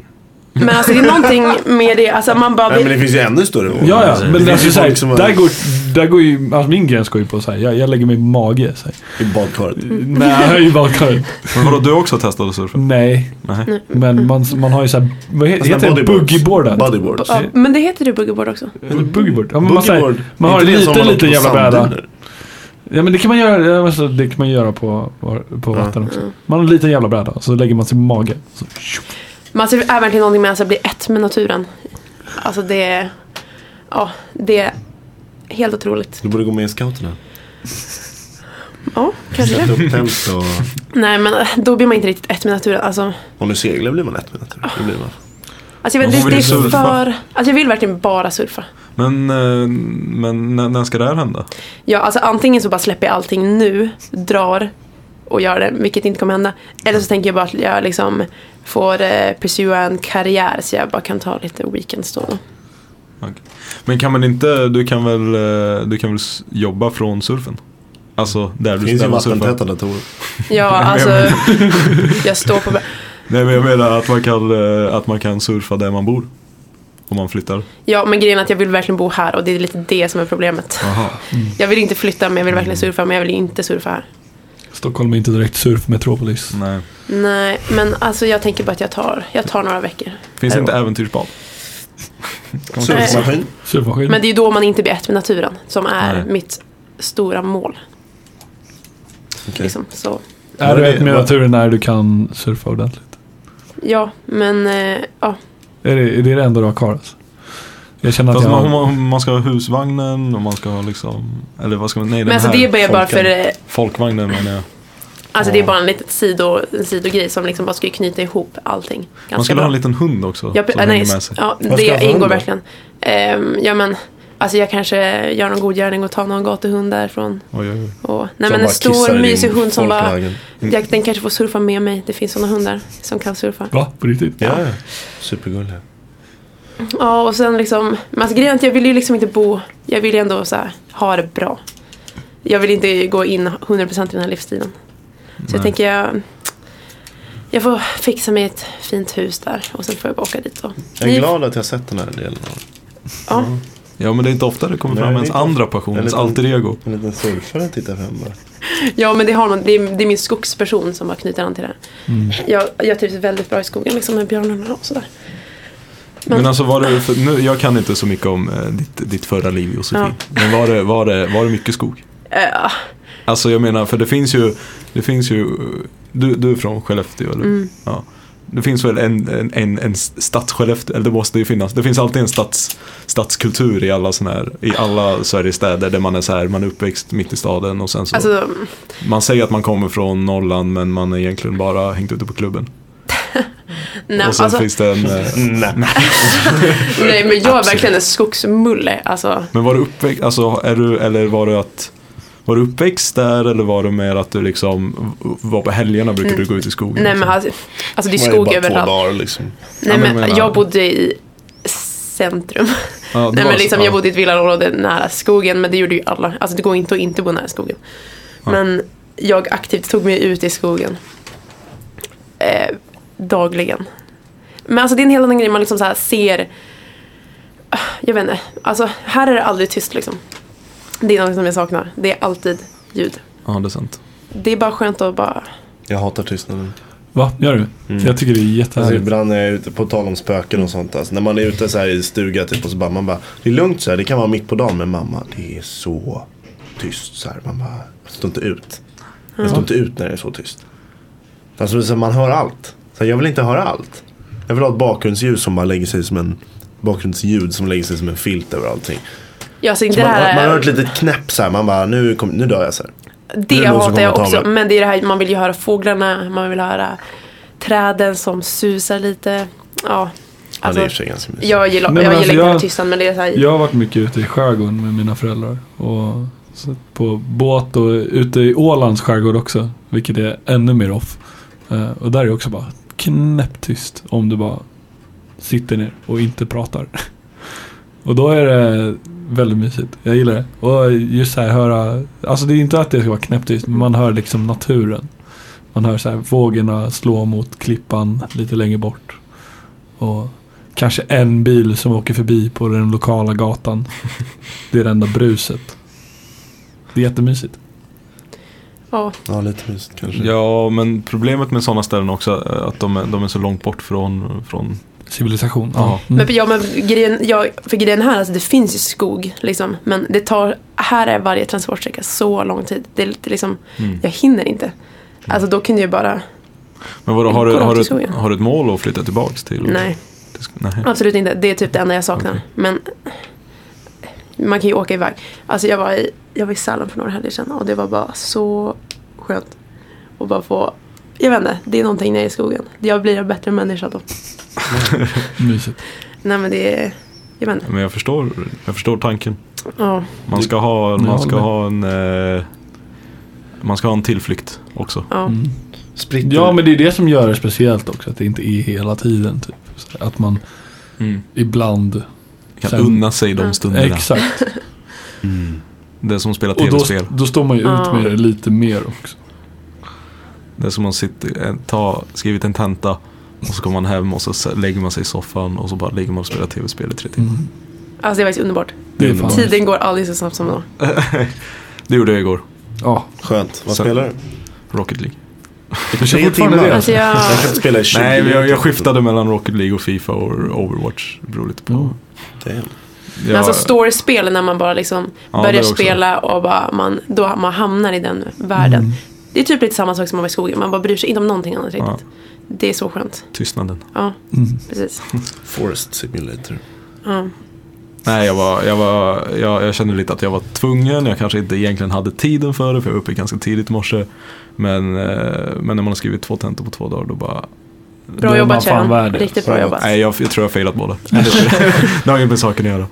Speaker 5: Men alltså det är någonting med det, alltså man bara
Speaker 4: Nej men det
Speaker 5: vill,
Speaker 4: finns ju ännu större vågor.
Speaker 3: Ja, ja, men
Speaker 4: det
Speaker 3: alltså,
Speaker 4: finns liksom
Speaker 3: så
Speaker 4: ju folk som
Speaker 3: här,
Speaker 4: har-
Speaker 3: där, går, där går ju, alltså min gräns går ju på så här, jag, jag lägger mig i mage. Så här.
Speaker 4: I badkaret.
Speaker 3: Nej, i badkaret.
Speaker 2: Men vadå, du har också testat att
Speaker 4: Mm.
Speaker 2: surfa?
Speaker 3: Nej,
Speaker 2: Nej.
Speaker 3: men man, man har ju såhär, vad he-
Speaker 4: Sådana
Speaker 3: heter det?
Speaker 4: bodyboards.
Speaker 3: Boogieboardat?
Speaker 4: Bodyboards.
Speaker 5: ja, men det heter ju boogieboard också.
Speaker 3: Boogieboard? Ja, men man, så här,
Speaker 4: Boogieboard.
Speaker 3: man har en
Speaker 4: Inte det som
Speaker 3: liten,
Speaker 4: man
Speaker 3: liten
Speaker 4: åker på
Speaker 3: jävla bräda.
Speaker 4: sanddyner.
Speaker 3: Ja men det kan man göra, alltså, det kan man göra på, på vatten också. Man har en liten jävla bräda, så lägger man sig i mage. Så, tjup.
Speaker 5: Men alltså det är verkligen någonting med att alltså, bli ett med naturen. Alltså det är, ja, det är helt otroligt.
Speaker 4: Du borde gå med i scouterna.
Speaker 5: Ja, kanske det.
Speaker 4: Sätta upp tält och...
Speaker 5: Nej men då blir man inte riktigt ett med naturen. Alltså,
Speaker 4: Om du seglar blir man ett med naturen. Det blir man.
Speaker 5: alltså jag vet,
Speaker 2: Men
Speaker 5: det,
Speaker 2: hon
Speaker 5: det
Speaker 2: vill ju
Speaker 5: är
Speaker 2: surfa.
Speaker 5: för... Alltså jag vill verkligen bara surfa.
Speaker 2: Men, eh, men när, när ska det här hända?
Speaker 5: Ja, alltså antingen så bara släpper jag allting nu, drar och gör det, vilket inte kommer hända. Eller så tänker jag bara att jag liksom får eh, pursua en karriär så jag bara kan ta lite weekends då.
Speaker 2: Okej. Men kan man inte, du kan väl, eh, du kan väl s- jobba från surfen? Alltså där
Speaker 4: Det
Speaker 2: du
Speaker 4: finns ju
Speaker 2: där man surfar.
Speaker 4: vattentäta datorer.
Speaker 5: Ja, alltså jag står på...
Speaker 2: Nej men jag menar att man kan, eh, att man kan surfa där man bor. Om man flyttar.
Speaker 5: Ja, men grejen är att jag vill verkligen bo här och det är lite det som är problemet.
Speaker 2: Aha.
Speaker 5: Jag vill inte flytta men jag vill verkligen surfa men jag vill inte surfa här.
Speaker 3: Stockholm är inte direkt surfmetropolis.
Speaker 2: Nej.
Speaker 5: Nej, men alltså jag tänker bara att jag tar, jag tar några veckor.
Speaker 2: Finns
Speaker 5: Här
Speaker 2: det inte
Speaker 5: då.
Speaker 2: äventyrsbad?
Speaker 4: Surfmaskin.
Speaker 3: Surfmaskin.
Speaker 5: Men det är ju då man inte blir ett med naturen som är
Speaker 2: Nej.
Speaker 5: mitt stora mål.
Speaker 4: Okej.
Speaker 5: Liksom. Så,
Speaker 3: är du
Speaker 4: det-
Speaker 3: ett med
Speaker 4: vad-
Speaker 3: naturen när du kan surfa ordentligt?
Speaker 5: ja, men eh, ja.
Speaker 3: Är det är det, det enda du har kvar alltså? Jag känner att
Speaker 2: Fast
Speaker 3: jag
Speaker 2: man, man, man ska ha husvagnen och man ska ha liksom, eller vad ska man, nej den
Speaker 5: Men alltså
Speaker 2: här
Speaker 5: det är bara
Speaker 2: folken.
Speaker 5: för eh,
Speaker 2: Folkvagnen menar jag.
Speaker 5: Alltså det är bara en liten sido, en sidogrej som liksom bara skulle knyta ihop allting. Ganska
Speaker 2: Man skulle
Speaker 5: bra.
Speaker 2: ha en liten hund också.
Speaker 5: Jag,
Speaker 2: som
Speaker 5: äh, nej,
Speaker 2: hänger med sig.
Speaker 5: ja,
Speaker 4: Vad ska jag för
Speaker 5: det
Speaker 4: hund
Speaker 5: ingår
Speaker 4: då?
Speaker 5: verkligen. Ehm, ja men, alltså jag kanske gör någon god gärning och tar någon gatuhund därifrån.
Speaker 2: Oj, oj, oj.
Speaker 5: Och,
Speaker 4: Som
Speaker 5: nej men
Speaker 4: bara
Speaker 5: en
Speaker 4: kissar
Speaker 5: stor
Speaker 4: i
Speaker 5: mysig hund som bara,
Speaker 4: folkhagen.
Speaker 5: jag, den kanske får surfa med mig. Det finns sådana hundar som kan surfa.
Speaker 3: Va? På riktigt?
Speaker 4: Ja, ja. Supergullig.
Speaker 5: Ja och sen liksom, men alltså, grejen är att jag vill ju liksom inte bo, jag vill ju ändå så här, ha det bra. Jag vill inte gå in 100% i den här livsstilen. Så jag tänker jag, jag får fixa mig ett fint hus där och sen får jag bara åka dit. Och,
Speaker 4: Jag är glad att jag har sett den här delen. av-
Speaker 5: Ja,
Speaker 2: Ja, men det är inte ofta det kommer
Speaker 4: Nej,
Speaker 2: fram
Speaker 4: det är
Speaker 2: ens
Speaker 4: inte
Speaker 2: andra
Speaker 4: ofta.
Speaker 2: passion,
Speaker 4: En
Speaker 2: ens
Speaker 4: liten-
Speaker 2: alter ego.
Speaker 4: En liten surfare tittar fram bara.
Speaker 5: ja men det, har man, det, är, det är min skogsperson som bara knyter an till det här. Jag, jag trivs väldigt bra i skogen liksom, med björnarna och sådär.
Speaker 2: Men alltså var det, för, nu, jag kan inte så mycket om eh, ditt, ditt förra liv Josefin.
Speaker 5: Ja.
Speaker 2: Men var det, var, det, var det mycket skog?
Speaker 5: Eh,
Speaker 2: Alltså jag menar, för det finns ju, det finns ju du, du är från Skellefteå eller?
Speaker 5: Mm.
Speaker 2: Ja. Det finns väl en, en, en, en stads Skellefteå, eller det måste ju finnas. Det finns alltid en stads, stadskultur i alla såna här, i alla Sveriges städer där man är så här, man är uppväxt mitt i staden och sen så.
Speaker 5: alltså,
Speaker 2: man säger att man kommer från Norrland men man är egentligen bara hängt ute på klubben.
Speaker 5: nej,
Speaker 2: och sen
Speaker 5: alltså,
Speaker 2: finns det en, eh,
Speaker 3: Mm,
Speaker 5: nej men jag är verkligen en skogsmulle. Alltså,
Speaker 2: Men var du uppväxt, alltså är du, eller var du att var du uppväxt där eller var det mer att du liksom var på helgerna brukade du gå ut i skogen?
Speaker 5: Mm. nej
Speaker 2: liksom?
Speaker 5: men alltså, alltså det är
Speaker 4: Man
Speaker 5: skog
Speaker 4: bara två
Speaker 5: överallt.
Speaker 4: dagar liksom.
Speaker 5: Nej,
Speaker 2: Ja, men jag
Speaker 5: men,
Speaker 2: menar-
Speaker 5: jag bodde i centrum.
Speaker 2: Ja, det
Speaker 5: Nej,
Speaker 2: var
Speaker 5: men
Speaker 2: så-
Speaker 5: liksom,
Speaker 2: ja.
Speaker 5: Jag bodde i ett villaområde nära skogen, men det gjorde ju alla. Alltså, det går inte att inte bo nära skogen. Men jag aktivt tog mig ut i skogen. Eh, dagligen. Men alltså, det är en helt annan grej man liksom så här ser. Jag vet inte. Alltså, här är det aldrig tyst liksom. Det är något som jag saknar. Det är alltid ljud.
Speaker 2: Ja, det är sant.
Speaker 5: Det är bara skönt att bara...
Speaker 4: Jag hatar tystnaden.
Speaker 3: Va? Gör du? Jag tycker Mm. det är
Speaker 4: Alltså
Speaker 3: jättehärligt.
Speaker 4: ibland när jag är ute, på tal om spöken och sånt. Alltså, när man är ute så här i stuga typ och så bara, man bara. Det är lugnt så här, det kan vara mitt på dagen. Men mamma, det är så tyst så här. Man bara, jag står inte ut. Jag står inte ut när det är så tyst. Alltså så här, man hör allt. Så här, jag vill inte höra allt. Jag vill ha ett bakgrundsljus som bara lägger sig som en bakgrundsljud som lägger sig som en filt över allting.
Speaker 5: Ja, alltså, det
Speaker 4: Man,
Speaker 5: här
Speaker 4: hör-
Speaker 5: är...
Speaker 4: man hör ett litet knäpp så här, man bara nu, kom, nu dör jag så här. Det
Speaker 5: Det
Speaker 4: är någon som
Speaker 5: hatar jag
Speaker 4: kommer att ta
Speaker 5: också.
Speaker 4: mig.
Speaker 5: Men det är det här, man vill ju höra fåglarna, man vill höra träden som susar lite. Ja.
Speaker 4: Ja, det
Speaker 5: Alltså,
Speaker 4: är i och för sig ganska mysigt.
Speaker 5: jag gillar,
Speaker 3: Nej, men
Speaker 5: jag
Speaker 3: alltså,
Speaker 5: gillar inte
Speaker 3: jag-
Speaker 5: den här tystnaden men det är så här,
Speaker 3: Jag har varit mycket ute i skärgården med mina föräldrar. Och så på båt och ute i Ålands skärgård också. Vilket är ännu mer off. Eh, Och där är det också bara knäpptyst om du bara sitter ner och inte pratar. Och då är det väldigt mysigt. Jag gillar det. Och just så här höra, alltså det är inte att det ska vara knäpptyst, men man hör liksom naturen. Man hör så här vågorna slå mot klippan lite längre bort. Och Kanske en bil som åker förbi på den lokala gatan. Det är det enda bruset. Det är jättemysigt.
Speaker 5: ja.
Speaker 3: Mm.
Speaker 4: Ja, lite mysigt kanske.
Speaker 2: Ja, men problemet med sådana ställen också är att de är, de är så långt bort från, från
Speaker 3: Civilisation.
Speaker 2: Ja.
Speaker 3: Ja. Mm.
Speaker 5: Men, ja, men grejen, ja, för grejen här, alltså, det finns ju skog liksom. Men det tar, här är varje transportsträcka så lång tid. Det, är lite liksom,
Speaker 3: Mm.
Speaker 5: jag hinner inte. Alltså då kunde jag bara,
Speaker 2: Men vadå, har, du,
Speaker 5: Kolla
Speaker 2: har,
Speaker 5: till
Speaker 2: du,
Speaker 5: skogen.
Speaker 2: har du ett mål att flytta tillbaks till?
Speaker 3: Mm.
Speaker 5: nej.
Speaker 2: till sk- nej.
Speaker 5: Absolut inte, det är typ det enda jag saknar. Men man kan ju åka iväg. Alltså jag var i, jag var i Sälen för några helger sedan och det var bara så skönt. Och bara få, jag vet inte, det är någonting nere i skogen. Jag blir en bättre människa då.
Speaker 3: Mysigt.
Speaker 5: Nej men det är, jag vet inte.
Speaker 2: Men jag förstår, jag förstår tanken.
Speaker 5: Ja.
Speaker 2: Man ska ha, man
Speaker 3: jag
Speaker 2: ska
Speaker 3: håller
Speaker 2: ha en eh, man ska ha en tillflykt också.
Speaker 5: ja.
Speaker 3: Mm.
Speaker 4: Spritter.
Speaker 3: Ja men det är det som gör det speciellt också. Att det inte är hela tiden. Typ. Så Att man ibland...
Speaker 2: Kan
Speaker 3: Mm. Sen-
Speaker 2: unna sig de stunderna.
Speaker 3: Exakt.
Speaker 2: Det som spelar
Speaker 3: Och då,
Speaker 2: tv-spel.
Speaker 3: då står man ju ut
Speaker 5: Ja.
Speaker 3: med det lite mer också.
Speaker 2: Det är som att sitta, eh, ta, skrivit en tenta och så kommer man hem och så s- lägger man sig i soffan och så bara ligger man och spelar tv-spel i tre timmar.
Speaker 3: Mm.
Speaker 5: Alltså det var faktiskt underbart.
Speaker 3: Det är fan.
Speaker 5: Tiden går aldrig så snabbt som då.
Speaker 3: Mm.
Speaker 2: Det gjorde jag igår.
Speaker 3: Ja.
Speaker 4: Skönt. Vad
Speaker 2: Så-
Speaker 4: spelar du?
Speaker 2: Rocket League.
Speaker 4: Du
Speaker 3: kör fortfarande det,
Speaker 5: Alltså jag,
Speaker 4: Jag kan inte spela i 20
Speaker 2: Nej, men jag, jag
Speaker 4: minuter.
Speaker 2: skiftade mellan Rocket League och Fifa och Overwatch. Det beror lite på.
Speaker 4: Damn.
Speaker 2: Jag,
Speaker 5: men alltså storyspel när man bara liksom
Speaker 2: Ja, det
Speaker 5: börjar
Speaker 2: också.
Speaker 5: spela och bara man, då man hamnar i den världen.
Speaker 2: Mm.
Speaker 5: Det är typ lite samma sak som man var i skogen, man bara bryr sig inte om någonting annat riktigt.
Speaker 2: ja,
Speaker 5: Det är så skönt.
Speaker 3: Mm.
Speaker 2: tystnaden.
Speaker 5: Ja, precis.
Speaker 4: Forest Simulator.
Speaker 5: Ja.
Speaker 2: Nej, jag, var, jag, var, jag, jag kände lite att jag var tvungen. Jag kanske inte egentligen hade tiden för det, för jag var uppe ganska tidigt i morse. Men, eh, men när man har skrivit två tentor på två dagar, då bara...
Speaker 3: Då
Speaker 5: Bra
Speaker 3: är man
Speaker 5: jobbat
Speaker 3: fan värd
Speaker 5: Sharon.
Speaker 3: det.
Speaker 5: Riktigt bra
Speaker 4: Så-
Speaker 5: jobbat.
Speaker 2: Nej, jag, jag tror jag failat båda. Men det- Det har inget med saken att göra.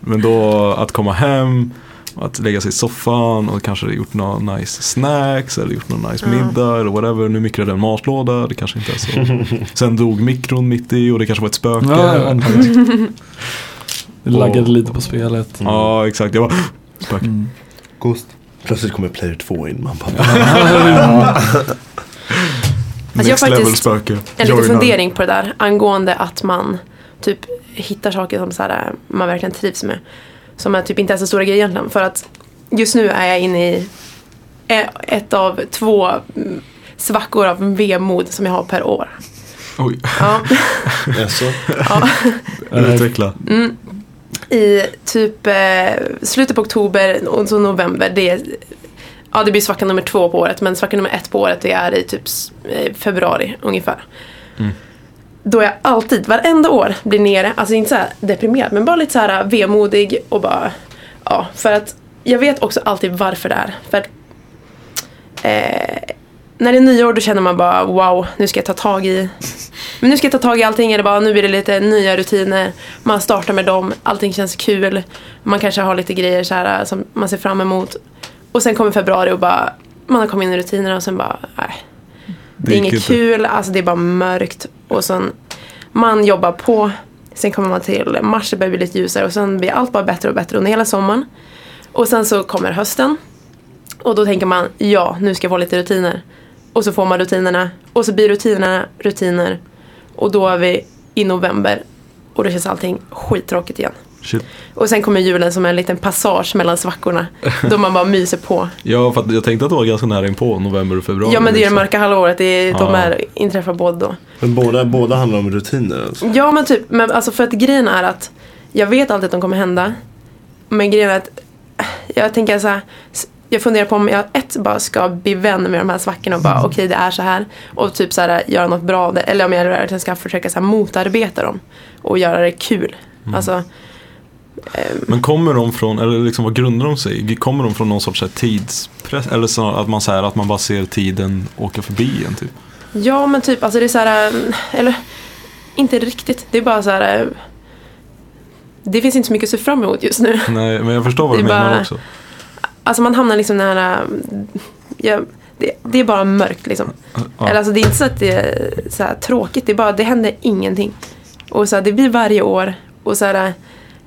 Speaker 2: Men då att komma hem, att lägga sig i soffan och kanske gjort några nice snacks eller gjort någon nice middag eller whatever. Nu mikrade jag en matlåda, det kanske inte är så. Sen dog mikron mitt i och det kanske var ett spöke.
Speaker 3: Ja, ja. Det laggade
Speaker 2: Och-
Speaker 3: lite på spelet.
Speaker 2: Ja, exakt. Jag bara, spöke.
Speaker 5: Alltså,
Speaker 4: Ghost. Plötsligt kommer Player 2 in. Man bara,
Speaker 5: jag
Speaker 2: Next
Speaker 5: faktiskt-
Speaker 2: level spöke.
Speaker 5: En
Speaker 2: Join
Speaker 5: liten
Speaker 2: us.
Speaker 5: fundering på det där angående att man typ hittar saker som så här, äh, man verkligen trivs med. Som är typ inte är så stora grejer egentligen. För att just nu är jag inne i eh, ett av två mm, svackor av vemod som jag har per år.
Speaker 2: Oj,
Speaker 5: Ja,
Speaker 4: jaså?
Speaker 2: utveckla.
Speaker 5: I typ eh, slutet på oktober och så november. Det är, ja, det blir svacka nummer två på året men svacka nummer ett på året det är i typ s- eh, februari ungefär. Då jag alltid, varenda år, blir nere, alltså inte så här deprimerad men bara lite så här vemodig och bara ja, för att jag vet också alltid varför det är. För att, eh, när det är nyår då känner man bara wow, nu ska jag ta tag i men nu ska jag ta tag i allting. Eller bara, nu blir det lite nya rutiner. Man startar med dem. Allting känns kul. Man kanske har lite grejer så här, äh, som man ser fram emot. Och sen kommer februari och bara, man har kommit in i rutinerna och sen bara, nej. Det är
Speaker 2: gick
Speaker 5: inget
Speaker 2: inte.
Speaker 5: kul. Alltså det är bara mörkt. Och sen, man jobbar på. Sen kommer man till mars, det börjar bli lite ljusare. Och sen blir allt bara bättre och bättre under hela sommaren. Och sen så kommer hösten. Och då tänker man, ja, nu ska jag få lite rutiner. Och så får man rutinerna. Och så blir rutinerna rutiner. Och då är vi i november. Och då känns allting skittråkigt igen.
Speaker 2: Shit.
Speaker 5: Och sen kommer julen som en liten passage mellan svackorna. Då man bara myser på.
Speaker 2: Ja, för att jag tänkte att det var ganska nära inpå november och februari.
Speaker 5: Ja men det är det
Speaker 2: liksom.
Speaker 5: mörka halvåret. Det är,
Speaker 2: Ja.
Speaker 5: De är, inträffar båda då.
Speaker 4: Men båda, båda handlar om rutiner alltså.
Speaker 5: Ja men typ, men alltså för att grejen är att jag vet alltid att de kommer hända. Men grejen är att jag tänker så här, s- jag funderar på om jag ett bara ska bli vän med de här svackorna och bara okej det är så här och typ så här göra något bra av det eller om jag verkligen ska försöka så här motarbeta dem och göra det kul. Alltså,
Speaker 2: Men kommer de från, eller liksom vad grundar de sig i? Kommer de från någon sorts så här tidspress? Eller så att man, så här, att man bara ser tiden åka förbi en typ?
Speaker 5: ja men typ alltså det är så här eh, eller inte riktigt, det är bara så här eh, det finns inte så mycket att se fram emot just nu.
Speaker 2: Nej, men jag förstår vad
Speaker 5: Det
Speaker 2: du
Speaker 5: är
Speaker 2: menar
Speaker 5: bara-
Speaker 2: också.
Speaker 5: Alltså man hamnar liksom nära... Ja, det, det är bara mörkt liksom.
Speaker 2: Ja.
Speaker 5: Eller alltså det är inte så att det är så här tråkigt. Det är bara, det händer ingenting. Och så här, det blir varje år. Och så här,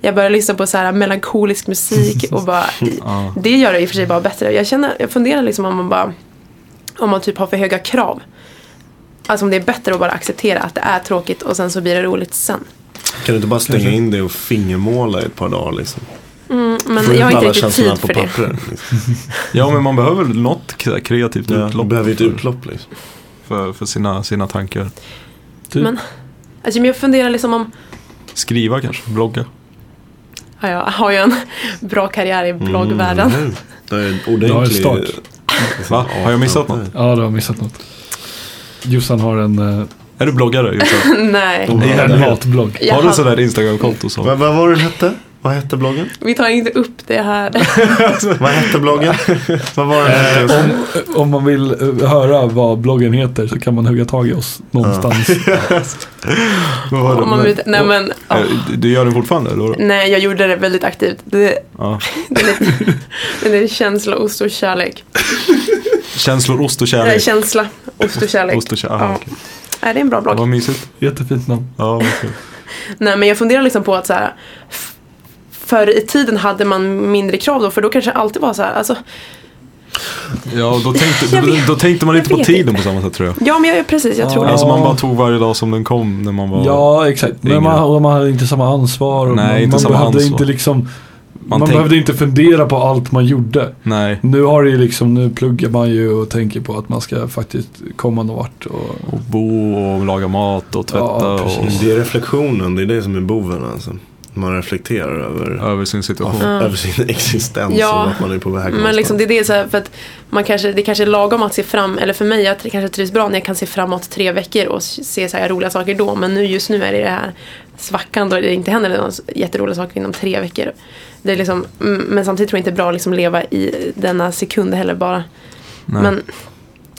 Speaker 5: jag börjar lyssna på så här melankolisk musik och bara...
Speaker 2: Ja.
Speaker 5: Det gör det i och för sig bara bättre. Jag, känner, jag funderar liksom om man bara... Om man typ har för höga krav. Alltså om det är bättre att bara acceptera att det är tråkigt och sen så blir det roligt sen.
Speaker 4: Kan du inte bara stänga in det och fingermåla i ett par dagar liksom?
Speaker 5: Men
Speaker 4: Få ut
Speaker 5: jag
Speaker 4: alla
Speaker 5: har inte riktigt
Speaker 4: känslorna
Speaker 5: tid för det.
Speaker 4: papper, liksom.
Speaker 2: Ja, men man behöver väl något k- kreativt
Speaker 4: Du
Speaker 2: utlopp
Speaker 4: behöver ju ett
Speaker 2: för,
Speaker 4: utlopp liksom.
Speaker 2: för, för sina, sina tankar.
Speaker 3: Typ.
Speaker 5: Men- Alltså men jag funderar liksom om...
Speaker 2: Skriva kanske, blogga.
Speaker 5: Ja, jag har ju en bra karriär i bloggvärlden.
Speaker 4: Mm, det är en ordentlig...
Speaker 3: Du har en start.
Speaker 4: liksom,
Speaker 2: Va? Har jag missat något?
Speaker 3: Ja, du har missat något. Jossan har en, eh,
Speaker 2: Är du bloggare? Jutta?
Speaker 5: Nej.
Speaker 3: en hatblogg.
Speaker 5: Jag
Speaker 2: Har du
Speaker 5: hade-
Speaker 2: sådär Instagram-konto som...
Speaker 4: Vad, vad var det den hette? Vad hette bloggen?
Speaker 5: Vi tar inte upp det här.
Speaker 4: Vad hette bloggen? vad var den
Speaker 2: Eh,
Speaker 4: hette?
Speaker 3: Om, om man vill eh, höra vad bloggen heter så kan man hugga tag i oss någonstans.
Speaker 2: Vad var det?
Speaker 5: Om man vill, nej men, ja.
Speaker 2: Eh, Du gör den fortfarande? Eller? vadå?
Speaker 5: nej jag gjorde det väldigt aktivt. Det,
Speaker 2: Ja.
Speaker 5: det, är lite- det är känsla, ost och kärlek.
Speaker 2: Känslor, ost och
Speaker 5: Nej,
Speaker 2: kärlek.
Speaker 5: känsla, ost och kärlek.
Speaker 2: Ost och kärlek.
Speaker 5: Ja.
Speaker 2: Ah, okej.
Speaker 5: Nej, det är en bra blogg.
Speaker 2: Vad mysigt.
Speaker 3: Jättefint namn.
Speaker 2: Ja, vad kul.
Speaker 5: Nej men jag funderar liksom på att så här. f- Förr i tiden hade man mindre krav då för då kanske det alltid var så här. Alltså,
Speaker 2: Ja, och då tänkte,
Speaker 5: Jag
Speaker 2: då,
Speaker 5: vet-
Speaker 2: då tänkte man
Speaker 5: jag
Speaker 2: inte på
Speaker 5: vet
Speaker 2: tiden på samma sätt tror jag.
Speaker 5: ja men jag, precis jag tror
Speaker 3: Ja.
Speaker 5: det.
Speaker 2: Alltså man bara tog varje dag som den kom när man var...
Speaker 3: Ja, exakt.
Speaker 2: Yngre.
Speaker 3: Men man, och man hade inte samma ansvar. Och
Speaker 2: Nej,
Speaker 3: man,
Speaker 2: inte
Speaker 3: man
Speaker 2: samma
Speaker 3: behövde
Speaker 2: ansvar.
Speaker 3: inte liksom... Man,
Speaker 2: tänk-
Speaker 3: behövde inte fundera på allt man gjorde.
Speaker 2: Nej.
Speaker 3: Nu har det ju liksom, nu pluggar man ju och tänker på att man ska faktiskt komma någon vart. Och,
Speaker 2: Och bo och laga mat och tvätta
Speaker 3: Ja,
Speaker 2: och...
Speaker 3: precis.
Speaker 4: Det är reflektionen, det är det som är boven alltså. Man reflekterar över,
Speaker 2: över sin situation.
Speaker 4: över sin existens
Speaker 5: Ja.
Speaker 4: och att man är på väg
Speaker 5: Men liksom, det är det så här, för att man kanske, det kanske är lagom att se fram, eller för mig, jag tr- kanske trivs bra när jag kan se framåt tre veckor och se så här roliga saker då. Men nu, just nu är det det här svackan då det inte händer några s- jätteroliga saker inom tre veckor. Det är liksom, mm, men samtidigt tror jag inte det är bra att liksom leva i denna sekund heller bara.
Speaker 2: Nej.
Speaker 5: Men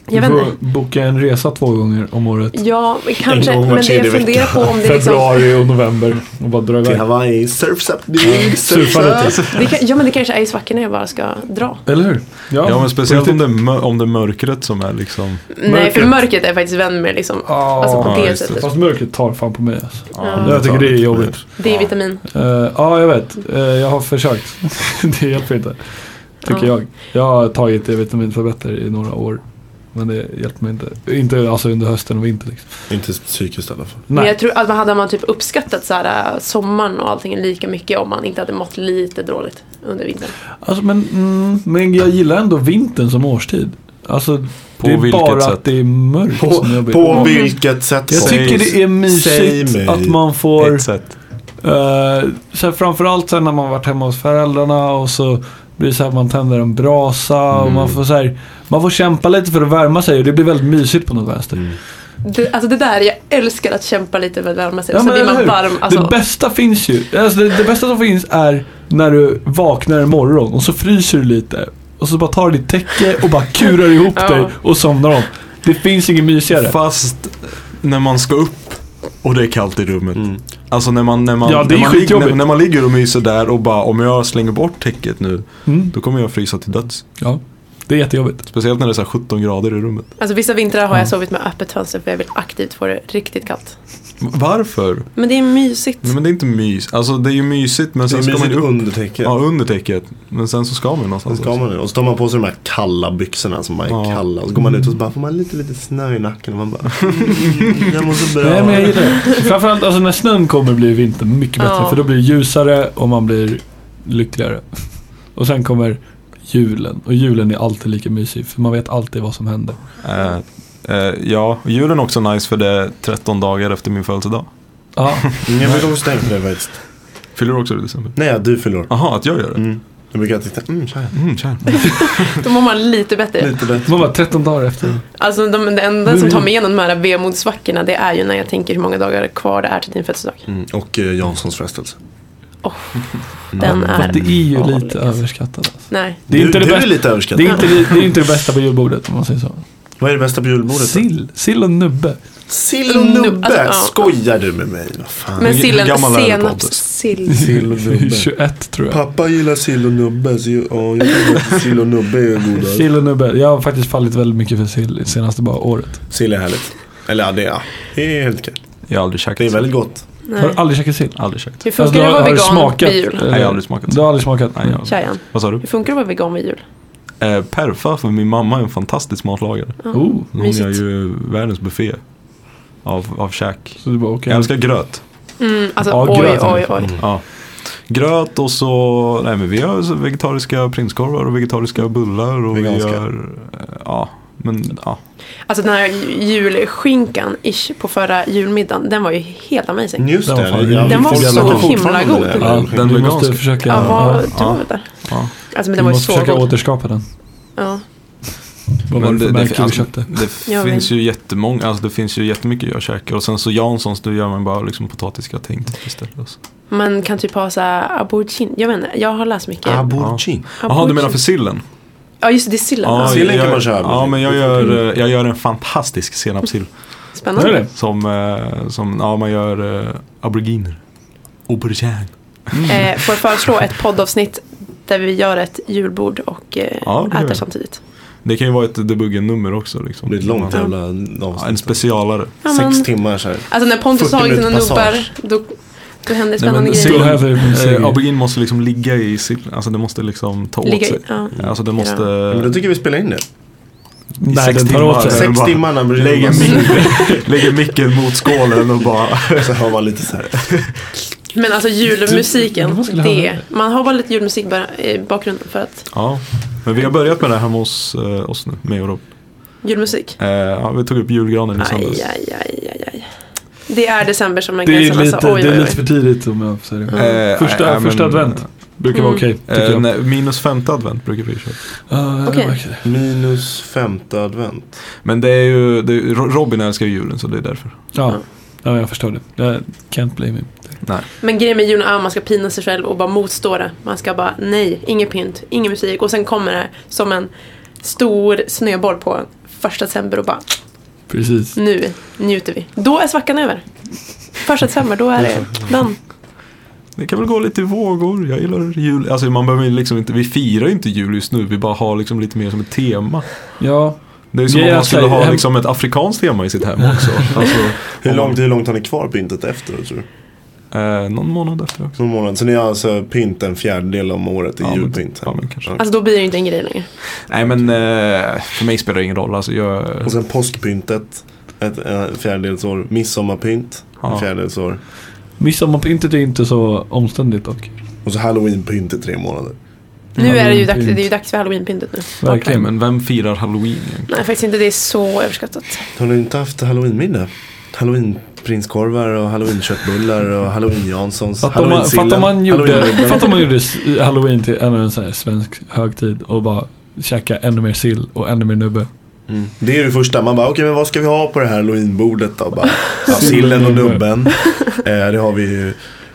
Speaker 5: jag
Speaker 3: Du
Speaker 5: vet
Speaker 3: får
Speaker 5: inte.
Speaker 3: boka en resa två gånger om året.
Speaker 5: Ja, men kanske.
Speaker 4: gång var
Speaker 5: Men det
Speaker 4: tredje
Speaker 5: jag funderar på om det är liksom...
Speaker 3: Februari och november och bara dra
Speaker 4: Till
Speaker 3: iväg.
Speaker 4: Hawaii, surfs up dude, surfs
Speaker 3: Surfa lite.
Speaker 4: up.
Speaker 5: Det kan, ja men det kanske är i svackan när jag bara ska dra.
Speaker 3: Eller hur?
Speaker 2: Ja, men speciellt
Speaker 3: på
Speaker 2: om det,
Speaker 3: riktigt.
Speaker 2: är mö- om det är mörkret som är liksom...
Speaker 5: Nej
Speaker 3: Mörkret.
Speaker 5: för mörkret är jag faktiskt vän med liksom.
Speaker 3: Ja,
Speaker 5: alltså på det
Speaker 2: just det.
Speaker 5: sättet.
Speaker 3: Fast mörkret tar fan på mig alltså.
Speaker 5: Ja.
Speaker 3: Jag tycker det är jobbigt.
Speaker 5: D-vitamin.
Speaker 3: Eh, ja, jag vet. Eh, jag har försökt. det hjälper inte. Tycker
Speaker 5: Ja.
Speaker 3: jag. Jag har tagit D-vitamintabletter i några år. Men det hjälper mig inte. Inte alltså under hösten och vintern liksom.
Speaker 4: Inte psykiskt i alla fall.
Speaker 5: Men
Speaker 3: Nej.
Speaker 5: jag tror att man hade man typ uppskattat så här, äh, sommaren och allting lika mycket om man inte hade mått lite dåligt under vintern.
Speaker 3: Alltså, men, mm, men jag gillar ändå vintern som årstid. Alltså,
Speaker 2: På
Speaker 3: det är
Speaker 2: vilket
Speaker 3: bara
Speaker 2: sätt?
Speaker 3: att det är mörkt
Speaker 4: På,
Speaker 3: som jag blir.
Speaker 4: på vilket sätt
Speaker 3: Jag
Speaker 4: som-
Speaker 3: tycker det
Speaker 4: Säg
Speaker 3: är mysigt
Speaker 4: mig.
Speaker 3: att man får
Speaker 2: Ett sätt.
Speaker 3: Eh, så här, framförallt sen när man varit hemma hos föräldrarna och så blir det så här att man tänder en brasa och man får så här, Man får kämpa lite för att värma sig och det blir väldigt mysigt på något vänster.
Speaker 5: Det, alltså det där, jag älskar att kämpa lite för att värma sig.
Speaker 3: Ja,
Speaker 5: och så
Speaker 3: men
Speaker 5: blir
Speaker 3: eller
Speaker 5: man
Speaker 3: hur?
Speaker 5: varm. Alltså,
Speaker 3: Det bästa finns ju. Alltså det, det bästa som finns är när du vaknar en morgon och så fryser du lite. Och så bara tar du ditt täcke och bara kurar ihop
Speaker 5: Ja.
Speaker 3: dig och somnar om. Det finns inget mysigare.
Speaker 2: Fast när man ska upp och det är kallt i rummet. Alltså när man, när, man,
Speaker 3: Mm. Ja, det
Speaker 2: när,
Speaker 3: är
Speaker 2: man ligger,
Speaker 3: skitjobbigt.
Speaker 2: när, när man ligger och myser där och bara om jag slänger bort täcket nu då kommer jag frysa till döds.
Speaker 3: Ja, Mm, det är jättejobbigt.
Speaker 2: Speciellt när det är så här 17 grader i rummet.
Speaker 5: alltså vissa vintrar har jag sovit med öppet fönster för jag vill aktivt få det riktigt kallt.
Speaker 2: Varför?
Speaker 5: Men det är mysigt.
Speaker 2: Nej, men det är inte mys. Alltså det är ju mysigt men
Speaker 4: Det
Speaker 2: sen
Speaker 4: är
Speaker 2: ska man
Speaker 4: mysigt
Speaker 2: ju upp.
Speaker 4: under täcket.
Speaker 2: Ja, under täcket. Men sen så ska man ju
Speaker 4: Sen
Speaker 2: någonstans.
Speaker 4: ska man det. Och så tar man på sig de här kalla byxorna som bara är
Speaker 2: Ja.
Speaker 4: kalla. Och så går man ut och så bara får man lite, lite snö i nacken. Och man bara, mm, jag mår så bra.
Speaker 3: Nej men jag gillar det. Framförallt alltså, när snön kommer blir vintern mycket bättre.
Speaker 5: Ja.
Speaker 3: För då blir det ljusare och man blir lyckligare. Och sen kommer julen. Och julen är alltid lika mysig. För man vet alltid vad som händer.
Speaker 2: Eh, eh, ja, och julen är också nice för det är 13 dagar efter min födelsedag.
Speaker 3: Ja,
Speaker 4: Mm, jag brukar också tänka på det faktiskt.
Speaker 2: Fyller du också i december?
Speaker 4: Nej, du fyller år.
Speaker 2: Jaha, att jag gör det?
Speaker 4: Mm. Jag brukar alltid tänka, mm, tja,
Speaker 2: Mm, kär.
Speaker 5: Då mår man lite bättre.
Speaker 4: lite bättre.
Speaker 3: man var 13 dagar efter.
Speaker 5: Alltså de, det enda som tar mig igenom de här vemodssvackorna det är ju när jag tänker hur många dagar kvar det är till din födelsedag.
Speaker 4: Mm. Och eh, Janssons frestelse.
Speaker 5: Den är...
Speaker 3: Mm. Det är ju
Speaker 5: farlig,
Speaker 3: lite
Speaker 5: alltså.
Speaker 3: överskattat. Alltså.
Speaker 5: Nej.
Speaker 3: Det är
Speaker 4: du
Speaker 3: inte det
Speaker 4: du är
Speaker 3: bästa.
Speaker 4: lite
Speaker 3: Det
Speaker 4: överskattad.
Speaker 3: är, inte, det, det är inte det bästa på julbordet om man säger så.
Speaker 4: Vad är det bästa på julbordet? då?
Speaker 3: Sill, sill och nubbe.
Speaker 4: Sill och nubbe.
Speaker 5: Alltså, ja.
Speaker 4: Skojar du med mig? Vad fan.
Speaker 5: Men
Speaker 2: Hur
Speaker 5: sillen,
Speaker 2: gammal är du, Pontus?
Speaker 5: senapssill.
Speaker 4: Sill och
Speaker 3: 21 tror jag.
Speaker 4: Pappa gillar sill och nubbe. Så jag, ja, jag tycker att sill och nubbe är godare.
Speaker 3: Sill och nubbe. Jag har faktiskt fallit väldigt mycket för sill det senaste bara året.
Speaker 4: Sill är härligt. Eller ja, det är, ja. det är helt okej.
Speaker 2: Jag har aldrig käkat.
Speaker 4: Det är väldigt gott.
Speaker 3: Har du aldrig käkat sill?
Speaker 2: Aldrig käkat.
Speaker 5: Hur funkar det
Speaker 3: har,
Speaker 5: att vara
Speaker 3: har du
Speaker 5: vegan
Speaker 3: smakat?
Speaker 5: vid jul?
Speaker 3: eller?
Speaker 2: Nej, jag har aldrig smakat.
Speaker 3: Du har aldrig smakat?
Speaker 2: Nej, jag har aldrig.
Speaker 5: Tjärn.
Speaker 2: Vad sa du?
Speaker 5: Hur funkar det att vara vegan vid jul?
Speaker 2: Eh, Perfa, för min mamma är en fantastisk matlagare.
Speaker 3: Oh,
Speaker 2: Hon
Speaker 5: Mysigt.
Speaker 2: gör ju världens buffé av, av käk.
Speaker 3: så du bara okej.
Speaker 2: Jag älskar gröt.
Speaker 5: Mm, alltså
Speaker 3: Ja,
Speaker 5: oj,
Speaker 3: gröt är
Speaker 5: oj,
Speaker 3: det.
Speaker 5: oj.
Speaker 2: Ja. Gröt och så, nej men vi gör så vegetariska prinskorvar och vegetariska bullar och
Speaker 4: Veganska.
Speaker 2: vi gör, eh, ja. Men ja,
Speaker 5: Alltså den här julskinkan ish på förra julmiddagen, den var ju helt amazing.
Speaker 4: Just
Speaker 3: Den var fan
Speaker 4: det. jag-
Speaker 5: Den var
Speaker 4: folk
Speaker 5: så
Speaker 4: gillar den
Speaker 5: himla
Speaker 4: fortfarande,
Speaker 5: god.
Speaker 4: eller?
Speaker 3: Ja,
Speaker 2: den
Speaker 3: den vi
Speaker 2: veganska.
Speaker 3: måste försöka,
Speaker 5: Ja, vad
Speaker 3: ja,
Speaker 5: tror du där?
Speaker 2: ja.
Speaker 5: Alltså men
Speaker 3: vi
Speaker 5: den var ju
Speaker 3: måste
Speaker 5: så
Speaker 3: försöka
Speaker 5: god.
Speaker 3: återskapa den.
Speaker 5: Ja.
Speaker 3: Vad var
Speaker 2: Men
Speaker 3: det för märke vi
Speaker 2: alltså,
Speaker 3: köpte?
Speaker 2: det
Speaker 5: Jag
Speaker 2: finns ju jättemånga, alltså det finns ju jättemycket jag käkar. Och sen så Janssons, då gör man bara liksom potatisgratäng istället. Alltså.
Speaker 5: Man kan typ ha såhär aubergine. Jag menar, jag har läst mycket.
Speaker 4: Aubergine.
Speaker 2: Jaha, du menar för
Speaker 5: Aubergine.
Speaker 2: sillen?
Speaker 5: Ja just det, det är sillen.
Speaker 2: Ja,
Speaker 5: alltså.
Speaker 4: sillen kan
Speaker 2: jag-
Speaker 4: man köra.
Speaker 2: Ja, men jag gör, eh, jag gör en fantastisk senapssill.
Speaker 3: Gör
Speaker 5: Spännande.
Speaker 3: det?
Speaker 2: Som, eh, som ja, man gör eh, auberginer. Aubergine.
Speaker 5: Eh, får jag föreslå ett poddavsnitt där vi gör ett julbord och eh,
Speaker 2: Ja, det gör
Speaker 5: äter
Speaker 2: vi.
Speaker 5: samtidigt.
Speaker 2: Det kan ju vara ett debuggen-nummer också. Liksom.
Speaker 4: Det blir ett långt
Speaker 2: Man-
Speaker 4: jävla
Speaker 2: ja, En
Speaker 4: avsnitt.
Speaker 2: specialare.
Speaker 5: Ja, men,
Speaker 4: Sex timmar så här.
Speaker 5: alltså när Pontus
Speaker 4: 40
Speaker 5: tagit sina
Speaker 4: minuters
Speaker 5: nubbar,
Speaker 4: passage.
Speaker 5: då, då händer
Speaker 2: Nej,
Speaker 5: spännande
Speaker 2: men
Speaker 5: grejer.
Speaker 3: Då
Speaker 2: sillen-
Speaker 3: häver vi min seger.
Speaker 2: Eh, aubergine måste liksom ligga i sillen. Alltså det måste liksom ta åt
Speaker 5: Ligga i-
Speaker 2: sig.
Speaker 5: ja.
Speaker 2: Alltså det måste...
Speaker 4: Men då tycker jag vi spelar in det.
Speaker 2: i
Speaker 3: Nej,
Speaker 2: sex
Speaker 3: den tar åt
Speaker 2: timmar.
Speaker 3: sig.
Speaker 4: Sex
Speaker 2: bara-
Speaker 4: timmar när Brigitte
Speaker 2: Lägger,
Speaker 4: bara-
Speaker 2: mick, lägger micken mot skålen och bara...
Speaker 4: Så har man lite så här.
Speaker 5: Men alltså
Speaker 3: Du-
Speaker 5: julmusiken,
Speaker 3: man skulle
Speaker 5: det,
Speaker 3: höra
Speaker 5: man har bara lite julmusik bara i bakgrunden för att
Speaker 2: Ja. Men vi har börjat med det här hemma hos eh, oss nu, mig och Rob.
Speaker 5: julmusik.
Speaker 2: Eh, ja, vi tog upp julgranen i
Speaker 5: Aj,
Speaker 2: söndags.
Speaker 5: aj, aj, aj, aj. Det är december som den
Speaker 3: Det är
Speaker 5: gränsen.
Speaker 3: lite,
Speaker 5: alltså, oj,
Speaker 3: det är
Speaker 5: oj,
Speaker 3: lite
Speaker 5: oj.
Speaker 3: för tidigt om jag säger det.
Speaker 2: Eh,
Speaker 3: Första,
Speaker 2: nej, men-
Speaker 3: första advent brukar vara okej. tycker
Speaker 2: Eh,
Speaker 3: jag.
Speaker 2: nej, minus femte advent brukar vi köra.
Speaker 3: Ja, det
Speaker 5: Okej.
Speaker 3: var okej.
Speaker 4: Minus femte advent.
Speaker 2: Men det är ju, det är, ju- Ro- Robin älskar ju julen så det är därför.
Speaker 3: Ja. ja, jag förstår det. Jag can't blame him.
Speaker 5: Men grejen med julen är att man ska pina sig själv och bara motstå det. Man ska bara nej, inget pynt, ingen musik. Och sen kommer det som en stor snöboll på första december och bara
Speaker 3: Precis.
Speaker 5: nu njuter vi. Då är svackan över. Första december, då är det done.
Speaker 2: Det kan väl gå lite i vågor. Jag gillar jul. Alltså man behöver ju liksom inte, vi firar ju inte jul just nu. Vi bara har liksom lite mer som ett tema.
Speaker 3: Ja,
Speaker 2: Det är som
Speaker 3: Ja,
Speaker 2: om man
Speaker 3: jag
Speaker 2: skulle
Speaker 3: säger-
Speaker 2: ha
Speaker 3: hem-
Speaker 2: liksom ett afrikanskt tema i sitt hem också. Alltså,
Speaker 4: Hur
Speaker 2: om-
Speaker 4: långt, hur långt har ni kvar pyntet efter tror du?
Speaker 2: Eh, någon månad efter också.
Speaker 4: Någon månad. Så ni har alltså pynt en fjärdedel om året i
Speaker 2: Ja, men-
Speaker 4: julpynt?
Speaker 2: ja, men kanske.
Speaker 5: Alltså då blir det ju inte en grej längre.
Speaker 2: Nej men eh, för mig spelar det ingen roll. Alltså, jag,
Speaker 4: Och sen påskpyntet, ett eh, fjärdedelsår. Midsommarpynt,
Speaker 2: Ja.
Speaker 4: ett fjärdedelsår.
Speaker 3: midsommarpyntet är inte så omständigt dock.
Speaker 4: Och så halloweenpynt i tre månader.
Speaker 5: Nu är det ju dags,
Speaker 3: Halloweenpynt.
Speaker 5: det är ju dags för halloweenpyntet nu.
Speaker 2: Okej,
Speaker 3: Verkligen.
Speaker 2: men vem firar halloween? egentligen?
Speaker 5: Nej faktiskt inte, det är så överskattat.
Speaker 4: Har ni inte haft halloweenmiddag? Halloweenprinskorvar och halloweenköttbullar och halloween-janssons.
Speaker 3: Fatta om man, fatta om man gjorde,
Speaker 4: halloweenrubben.
Speaker 3: fatta om man gjorde s- halloween till ännu en sån här svensk högtid och bara käka ännu mer sill och ännu mer nubbe.
Speaker 4: Mm. Det är det första. Man bara, okej men vad ska vi ha på det här halloweenbordet då? Bara, ja, sillen och nubben. Eh, det har vi ju.